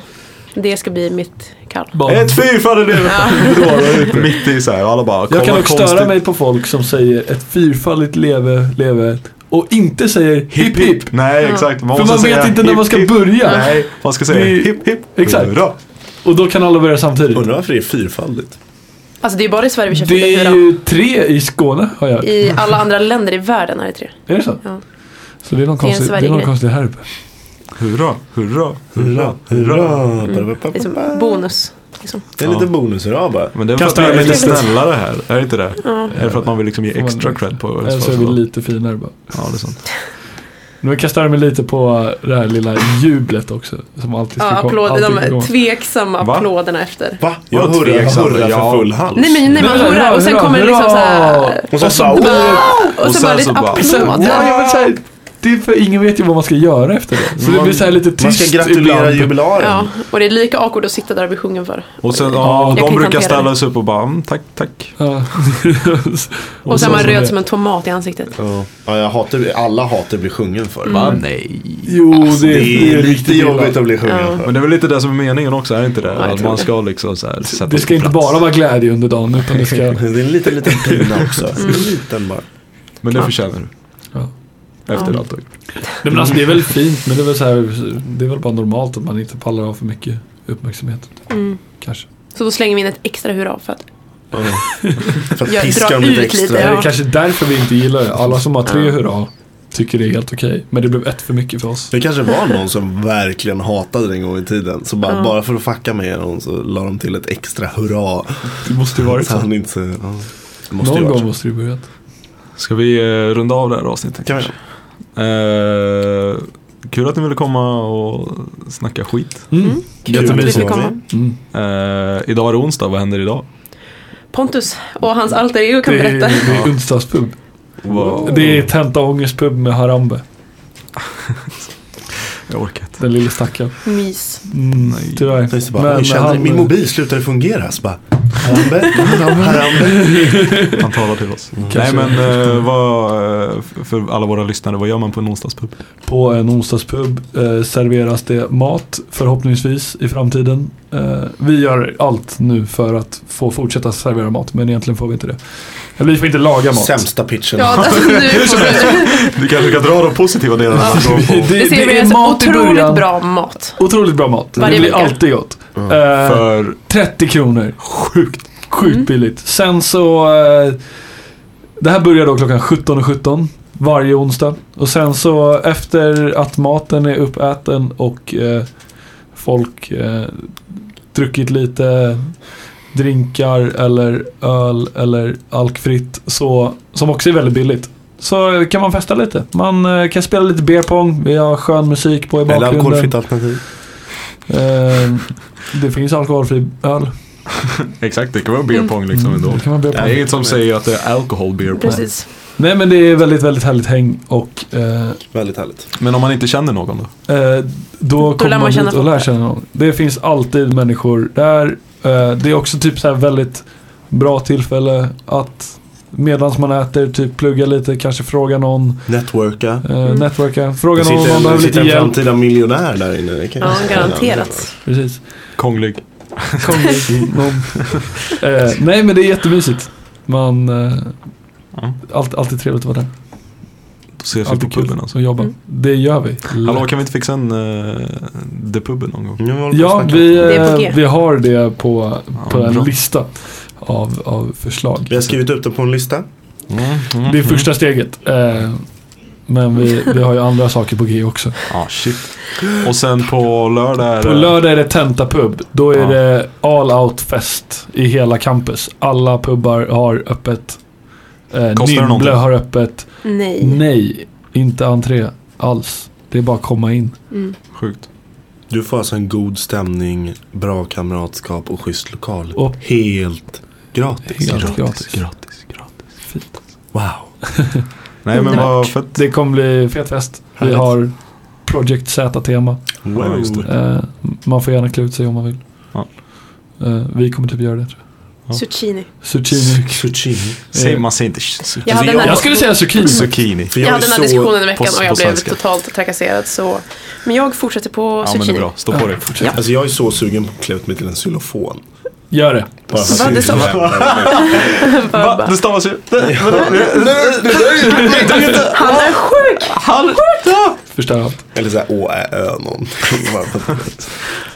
Speaker 5: Det ska bli mitt kall.
Speaker 3: Bara-
Speaker 2: Ett fyrfall är det! Mitt i så här, och alla bara
Speaker 3: Jag kan
Speaker 2: "Kolla,
Speaker 3: dock störa
Speaker 2: konstigt."
Speaker 3: mig på folk som säger ett fyrfaldigt leve, leve och inte säger hipp
Speaker 2: Hipp
Speaker 3: hipp.
Speaker 2: hipp! Nej exakt.
Speaker 3: För man
Speaker 2: måste
Speaker 3: vet
Speaker 2: säga
Speaker 3: inte när
Speaker 2: hipp,
Speaker 3: man ska
Speaker 2: hipp.
Speaker 3: börja.
Speaker 2: Nej, man ska säga
Speaker 3: Det är-
Speaker 2: hipp hipp.
Speaker 3: Exakt.
Speaker 2: Hurra.
Speaker 3: Och då kan alla börja samtidigt.
Speaker 4: Undrar varför det är fyrfaldigt.
Speaker 5: Alltså det är bara i Sverige vi kör
Speaker 3: Det
Speaker 5: fyra
Speaker 3: är
Speaker 5: fyra.
Speaker 3: ju tre i Skåne har jag hört.
Speaker 5: I alla andra länder i världen är det tre.
Speaker 3: Är det så?
Speaker 5: Ja.
Speaker 3: Så det är någon
Speaker 5: är en
Speaker 3: konstig, det är någon
Speaker 5: Sverigegrej.
Speaker 3: konstig här uppe.
Speaker 2: Hurra, hurra, hurra, hurra.
Speaker 4: Hurra!
Speaker 5: Det är som
Speaker 4: Ba-ba-ba-ba.
Speaker 5: bonus. Liksom.
Speaker 4: Mm. Det är lite bonushurra bara.
Speaker 2: Men det är för att
Speaker 3: Kastar
Speaker 2: man är
Speaker 3: jag
Speaker 2: lite
Speaker 3: lite-
Speaker 2: snällare här, är det inte det? Är det för att man vill liksom ge extra cred på
Speaker 3: Eller så är vi lite finare bara.
Speaker 2: Ja, det är sant.
Speaker 3: Nu kastar jag mig lite på det här lilla jublet också. Som alltid ska
Speaker 5: Ja,
Speaker 3: komma.
Speaker 5: applåd,
Speaker 3: alltid ska
Speaker 5: de
Speaker 3: komma.
Speaker 5: tveksamma
Speaker 2: Va?
Speaker 5: applåderna efter.
Speaker 4: Va? Jag
Speaker 2: Vadå
Speaker 4: hurrar
Speaker 2: tveksam?
Speaker 4: hurra
Speaker 2: Ja.
Speaker 4: för full hals.
Speaker 5: Nej men, nej, man
Speaker 3: Hurra,
Speaker 5: hurrar och sen
Speaker 3: hurra,
Speaker 5: kommer det liksom
Speaker 3: hurra!
Speaker 5: såhär...
Speaker 4: Och så bara,
Speaker 5: Och
Speaker 2: Och
Speaker 5: så
Speaker 2: sen
Speaker 5: bara
Speaker 2: så
Speaker 5: lite
Speaker 2: bara-
Speaker 3: Sen,
Speaker 5: applåd.
Speaker 3: ja, jag vill säga, det är för ingen vet ju vad man ska göra efter det. Så det blir så här lite tyst
Speaker 4: man ska gratulera
Speaker 3: ibland.
Speaker 4: jubilaren.
Speaker 5: Ja, och det är lika awkward att sitta där och bli sjungen för.
Speaker 2: Och sen,
Speaker 3: Jag
Speaker 2: ja,
Speaker 5: kan
Speaker 2: de
Speaker 5: inte
Speaker 2: brukar
Speaker 5: hantera
Speaker 2: ställa
Speaker 5: det.
Speaker 2: sig upp och bara, mm, tack, tack.
Speaker 3: Ja.
Speaker 5: Och sen är man
Speaker 3: så-
Speaker 5: röd som en tomat i ansiktet.
Speaker 4: Ja. Ja, jag hatar, alla hatar att bli sjungen för.
Speaker 2: Va? Nej.
Speaker 3: Jo, det,
Speaker 4: Det
Speaker 3: det
Speaker 4: är lite
Speaker 3: riktigt illa.
Speaker 4: jobbigt att bli
Speaker 5: Ja.
Speaker 4: sjungen för.
Speaker 2: Men det är väl lite det som är meningen också, är det inte det?
Speaker 5: jag
Speaker 2: Att
Speaker 5: tror
Speaker 2: man
Speaker 5: det.
Speaker 2: ska liksom så här, sätta
Speaker 3: Det
Speaker 2: sig
Speaker 3: ska
Speaker 2: på
Speaker 3: inte
Speaker 2: plats.
Speaker 3: bara vara glädje under dagen utan det ska...
Speaker 4: Det är en liten, liten pina också. En liten bara.
Speaker 2: Men det förtjänar du.
Speaker 3: Ja.
Speaker 2: Efter allt du har gjort.
Speaker 3: Nej, men alltså, det är väl fint men det är väl, så här, det är väl bara normalt att man inte pallar av för mycket uppmärksamhet. Kanske.
Speaker 5: Så då slänger vi in ett extra hurra för att
Speaker 4: För att
Speaker 5: Jag
Speaker 4: piska
Speaker 5: drar
Speaker 4: dem lite
Speaker 5: ut lite,
Speaker 4: extra.
Speaker 5: ja.
Speaker 3: Det är kanske därför vi inte gillar det. Alla som har tre hurra tycker det är helt okej. Men det blev ett för mycket för oss.
Speaker 4: Det kanske var någon som verkligen hatade det en gång i tiden. Så bara, bara för att fucka med någon så la de till ett extra hurra.
Speaker 3: Det måste ju varit
Speaker 4: Så
Speaker 3: så.
Speaker 4: han inte... Ja. Det måste ju
Speaker 3: Någon
Speaker 4: varit
Speaker 3: gång
Speaker 4: så.
Speaker 3: måste det ju börjat.
Speaker 2: Ska vi eh, runda av det här avsnittet?
Speaker 4: Kan vi?
Speaker 2: Eh, kul att ni ville komma och snacka skit.
Speaker 3: Mm.
Speaker 5: vi
Speaker 4: Kul.
Speaker 5: fick komma.
Speaker 3: Mm.
Speaker 2: Eh, idag är det onsdag, vad händer idag?
Speaker 5: Pontus och hans alter ego kan
Speaker 3: Det är, det
Speaker 5: berätta.
Speaker 3: är onsdagspub.
Speaker 2: Vad-
Speaker 3: Det är Tenta Ångestpub med Harambe.
Speaker 2: Jag orkar inte.
Speaker 3: Den lille stackaren.
Speaker 5: Mys.
Speaker 3: Mm,
Speaker 2: Nej.
Speaker 3: tyvärr.
Speaker 4: Så bara, jag känner,
Speaker 3: han-
Speaker 4: Min mobil slutade fungera. Så bara, harambe, harambe.
Speaker 2: Han talar till oss. Nej
Speaker 3: Kanske.
Speaker 2: men eh, vad, eh, f- för alla våra lyssnare, vad gör man på en onsdagspub?
Speaker 3: På en onsdagspub eh, serveras det mat förhoppningsvis i framtiden. Eh, vi gör allt nu för att få fortsätta servera mat men egentligen får vi inte det. Eller vi får inte laga mat.
Speaker 4: Sämsta pitchen.
Speaker 5: Ja, alltså, nu får du.
Speaker 2: Du kanske kan dra de positiva delarna.
Speaker 5: Det ser vi alltså otroligt bra mat.
Speaker 3: Otroligt bra mat.
Speaker 5: Varje
Speaker 3: det blir
Speaker 5: vecka.
Speaker 3: alltid gott.
Speaker 4: Mm.
Speaker 3: Eh,
Speaker 2: För
Speaker 3: 30 kronor. Sjukt, sjukt billigt. Sen så... Eh, det här börjar då klockan 17.17 varje onsdag. Och sen så efter att maten är uppäten och eh, folk eh, druckit lite drinkar eller öl eller alkfritt så, som också är väldigt billigt. Så kan man festa lite. Man eh, kan spela lite beer pong. Vi har skön musik på i
Speaker 4: Eller
Speaker 3: bakgrunden.
Speaker 4: alkoholfritt alternativ.
Speaker 3: Eh, det finns alkoholfri öl.
Speaker 2: Exakt, det kan vara beer pong liksom ändå.
Speaker 3: Mm, Det kan man börja
Speaker 2: Det
Speaker 3: på.
Speaker 2: är inget som säger att det är alkohol beer pong.
Speaker 5: Precis.
Speaker 3: Nej men det är väldigt, väldigt härligt häng och eh,
Speaker 4: Väldigt härligt.
Speaker 2: Men om man inte känner någon då?
Speaker 3: eh, då
Speaker 5: lär
Speaker 3: kommer
Speaker 5: man
Speaker 3: man
Speaker 5: känna
Speaker 3: dit och
Speaker 5: folk
Speaker 3: lär
Speaker 5: där.
Speaker 3: känna någon. Det finns alltid människor där. Eh, det är också typ så här väldigt bra tillfälle att Medan man äter, typ plugga lite, kanske fråga någon,
Speaker 4: Networka.
Speaker 3: eh,
Speaker 5: Mm.
Speaker 3: networka. Fråga
Speaker 4: Det
Speaker 3: någon om man
Speaker 4: sitter, det
Speaker 3: behöver lite
Speaker 4: sitter en
Speaker 3: hjälp.
Speaker 4: framtida miljonär där inne. Det kan jag
Speaker 5: Ja,
Speaker 4: säga.
Speaker 5: garanterat.
Speaker 3: Precis.
Speaker 2: Konglig.
Speaker 3: Kom
Speaker 2: Mm.
Speaker 3: dit, någon. Eh, nej men det är jättemysigt. Man, eh,
Speaker 2: Ja.
Speaker 3: allt, alltid trevligt att vara där.
Speaker 2: Då ses vi på
Speaker 3: Alltid
Speaker 2: puben
Speaker 3: kul
Speaker 2: alltså.
Speaker 3: att jobba.
Speaker 5: Mm.
Speaker 3: Det gör vi.
Speaker 2: Hallå, kan vi inte fixa en uh, The Puben någon gång?
Speaker 4: Nu håller på
Speaker 3: Ja,
Speaker 4: att snacka.
Speaker 3: vi,
Speaker 5: Det är på
Speaker 3: eh,
Speaker 5: G.
Speaker 3: vi har det på,
Speaker 2: Ja,
Speaker 3: på en
Speaker 2: bra. Mm.
Speaker 3: lista av, av förslag.
Speaker 4: Vi har skrivit upp det på en lista. Mm,
Speaker 3: Det är första steget. Eh, men vi, vi har ju andra saker på G också.
Speaker 2: Ah, shit. Och sen på lördag är
Speaker 3: På
Speaker 2: det-
Speaker 3: lördag är det tentapub. Då är
Speaker 2: Ja.
Speaker 3: det all out fest i hela campus. Alla pubbar har öppet. Eh,
Speaker 2: Kostar det
Speaker 3: Nymble
Speaker 2: någonting?
Speaker 3: har öppet.
Speaker 5: Nej.
Speaker 3: Nej, inte entré alls. Det är bara att komma in.
Speaker 5: Mm.
Speaker 2: Sjukt.
Speaker 4: Du får alltså en god stämning, bra kamratskap och schysst lokal.
Speaker 3: Och-
Speaker 4: Helt gratis. Alltså.
Speaker 3: Helt gratis.
Speaker 2: gratis, gratis.
Speaker 3: Fint.
Speaker 4: Wow.
Speaker 2: Nej men vad
Speaker 5: Underbart.
Speaker 2: fett.
Speaker 3: Det kommer bli fet fest. Vi
Speaker 4: Härligt.
Speaker 3: har Project Z-tema.
Speaker 2: Ja, just det.
Speaker 3: Eh, man får gärna klä ut sig om man vill.
Speaker 2: Ja.
Speaker 3: Eh, vi kommer typ göra det tror jag.
Speaker 5: Zucchini.
Speaker 3: Zucchini.
Speaker 4: Zucchini.
Speaker 3: Eh,
Speaker 2: Säg, man säger inte sh-
Speaker 5: Jag hade
Speaker 2: zucchini.
Speaker 5: den här,
Speaker 3: Jag skulle säga zucchini.
Speaker 2: Zucchini.
Speaker 4: För
Speaker 5: jag
Speaker 4: jag är
Speaker 5: hade den här
Speaker 4: så...
Speaker 5: diskussionen i veckan
Speaker 2: på-
Speaker 5: och jag
Speaker 2: på
Speaker 5: blev
Speaker 2: svenska.
Speaker 5: totalt trakasserad. Så. Men jag fortsätter på
Speaker 2: Ja men det
Speaker 5: zucchini.
Speaker 2: är bra. Stå på dig.
Speaker 3: Fortsätt.
Speaker 4: Alltså jag är så sugen på att klä ut mig till en xylofon.
Speaker 3: Gör det.
Speaker 4: Bara för att
Speaker 5: Va, det
Speaker 4: se
Speaker 5: är så-
Speaker 4: jävla-
Speaker 2: Va? Det stavas ju...
Speaker 5: Han är sjuk!
Speaker 3: Förstör allt.
Speaker 4: Eller såhär å, ä, ö, någon. Bara för att-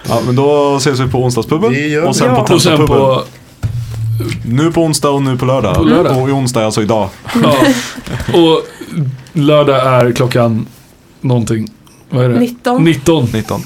Speaker 2: Ja men då ses vi på onsdagspuben.
Speaker 4: Det gör vi.
Speaker 2: Och sen på
Speaker 5: Ja.
Speaker 3: Och sen
Speaker 2: tentapuben.
Speaker 3: på...
Speaker 2: Nu på onsdag och nu på lördag.
Speaker 3: På lördag.
Speaker 2: Och i onsdag är alltså idag.
Speaker 3: Ja. Och lördag är klockan någonting. Vad är det?
Speaker 5: 19.
Speaker 3: 19.
Speaker 2: 19.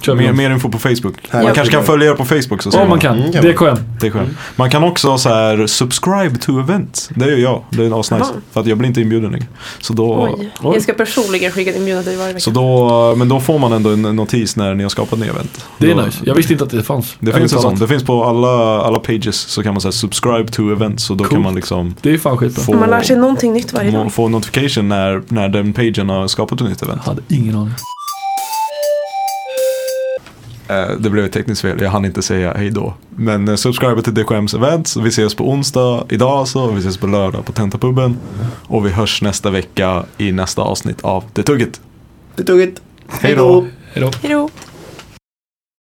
Speaker 3: Kör vi
Speaker 2: Mer,
Speaker 3: om.
Speaker 2: mer info på Facebook. Man
Speaker 4: Härligt.
Speaker 2: kanske kan följa er på Facebook så ser
Speaker 3: Ja, man kan.
Speaker 4: Mm, kan man.
Speaker 3: DKM.
Speaker 2: Det är skönt. Man kan också så här subscribe to event. Det gör jag. Det är asnice.
Speaker 5: Jaha.
Speaker 2: För att jag blir inte inbjuden längre. Så då,
Speaker 5: Oj.
Speaker 3: Oj.
Speaker 5: Jag ska personligen skicka en inbjudan till dig varje
Speaker 2: så
Speaker 5: vecka.
Speaker 2: då, men då får man ändå en notis när ni har skapat nya event.
Speaker 3: Det
Speaker 2: då,
Speaker 3: är nice. Jag visste inte att det fanns.
Speaker 2: Det finns en
Speaker 3: Ärligt
Speaker 2: sån.
Speaker 3: talat.
Speaker 2: Det finns på alla, alla pages så kan man säga subscribe to event. Så då kan
Speaker 3: Coolt.
Speaker 2: man liksom
Speaker 3: Det är fan skitbra.
Speaker 2: få,
Speaker 5: Man lär sig någonting nytt varje
Speaker 2: må-
Speaker 5: dag.
Speaker 2: få notification när, när den pagen har skapat ett nytt event.
Speaker 3: Jag hade ingen aning.
Speaker 2: Eh, Det blev ett tekniskt fel, jag hann inte säga hej då. Men eh, subscribe till DKMs events. Vi ses på onsdag idag alltså. Vi ses på lördag på Tentapubben. Och vi hörs nästa vecka i nästa avsnitt av Det Tugget.
Speaker 4: Det tog ett.
Speaker 2: Hej då!
Speaker 3: Hejdå.
Speaker 5: Hej då.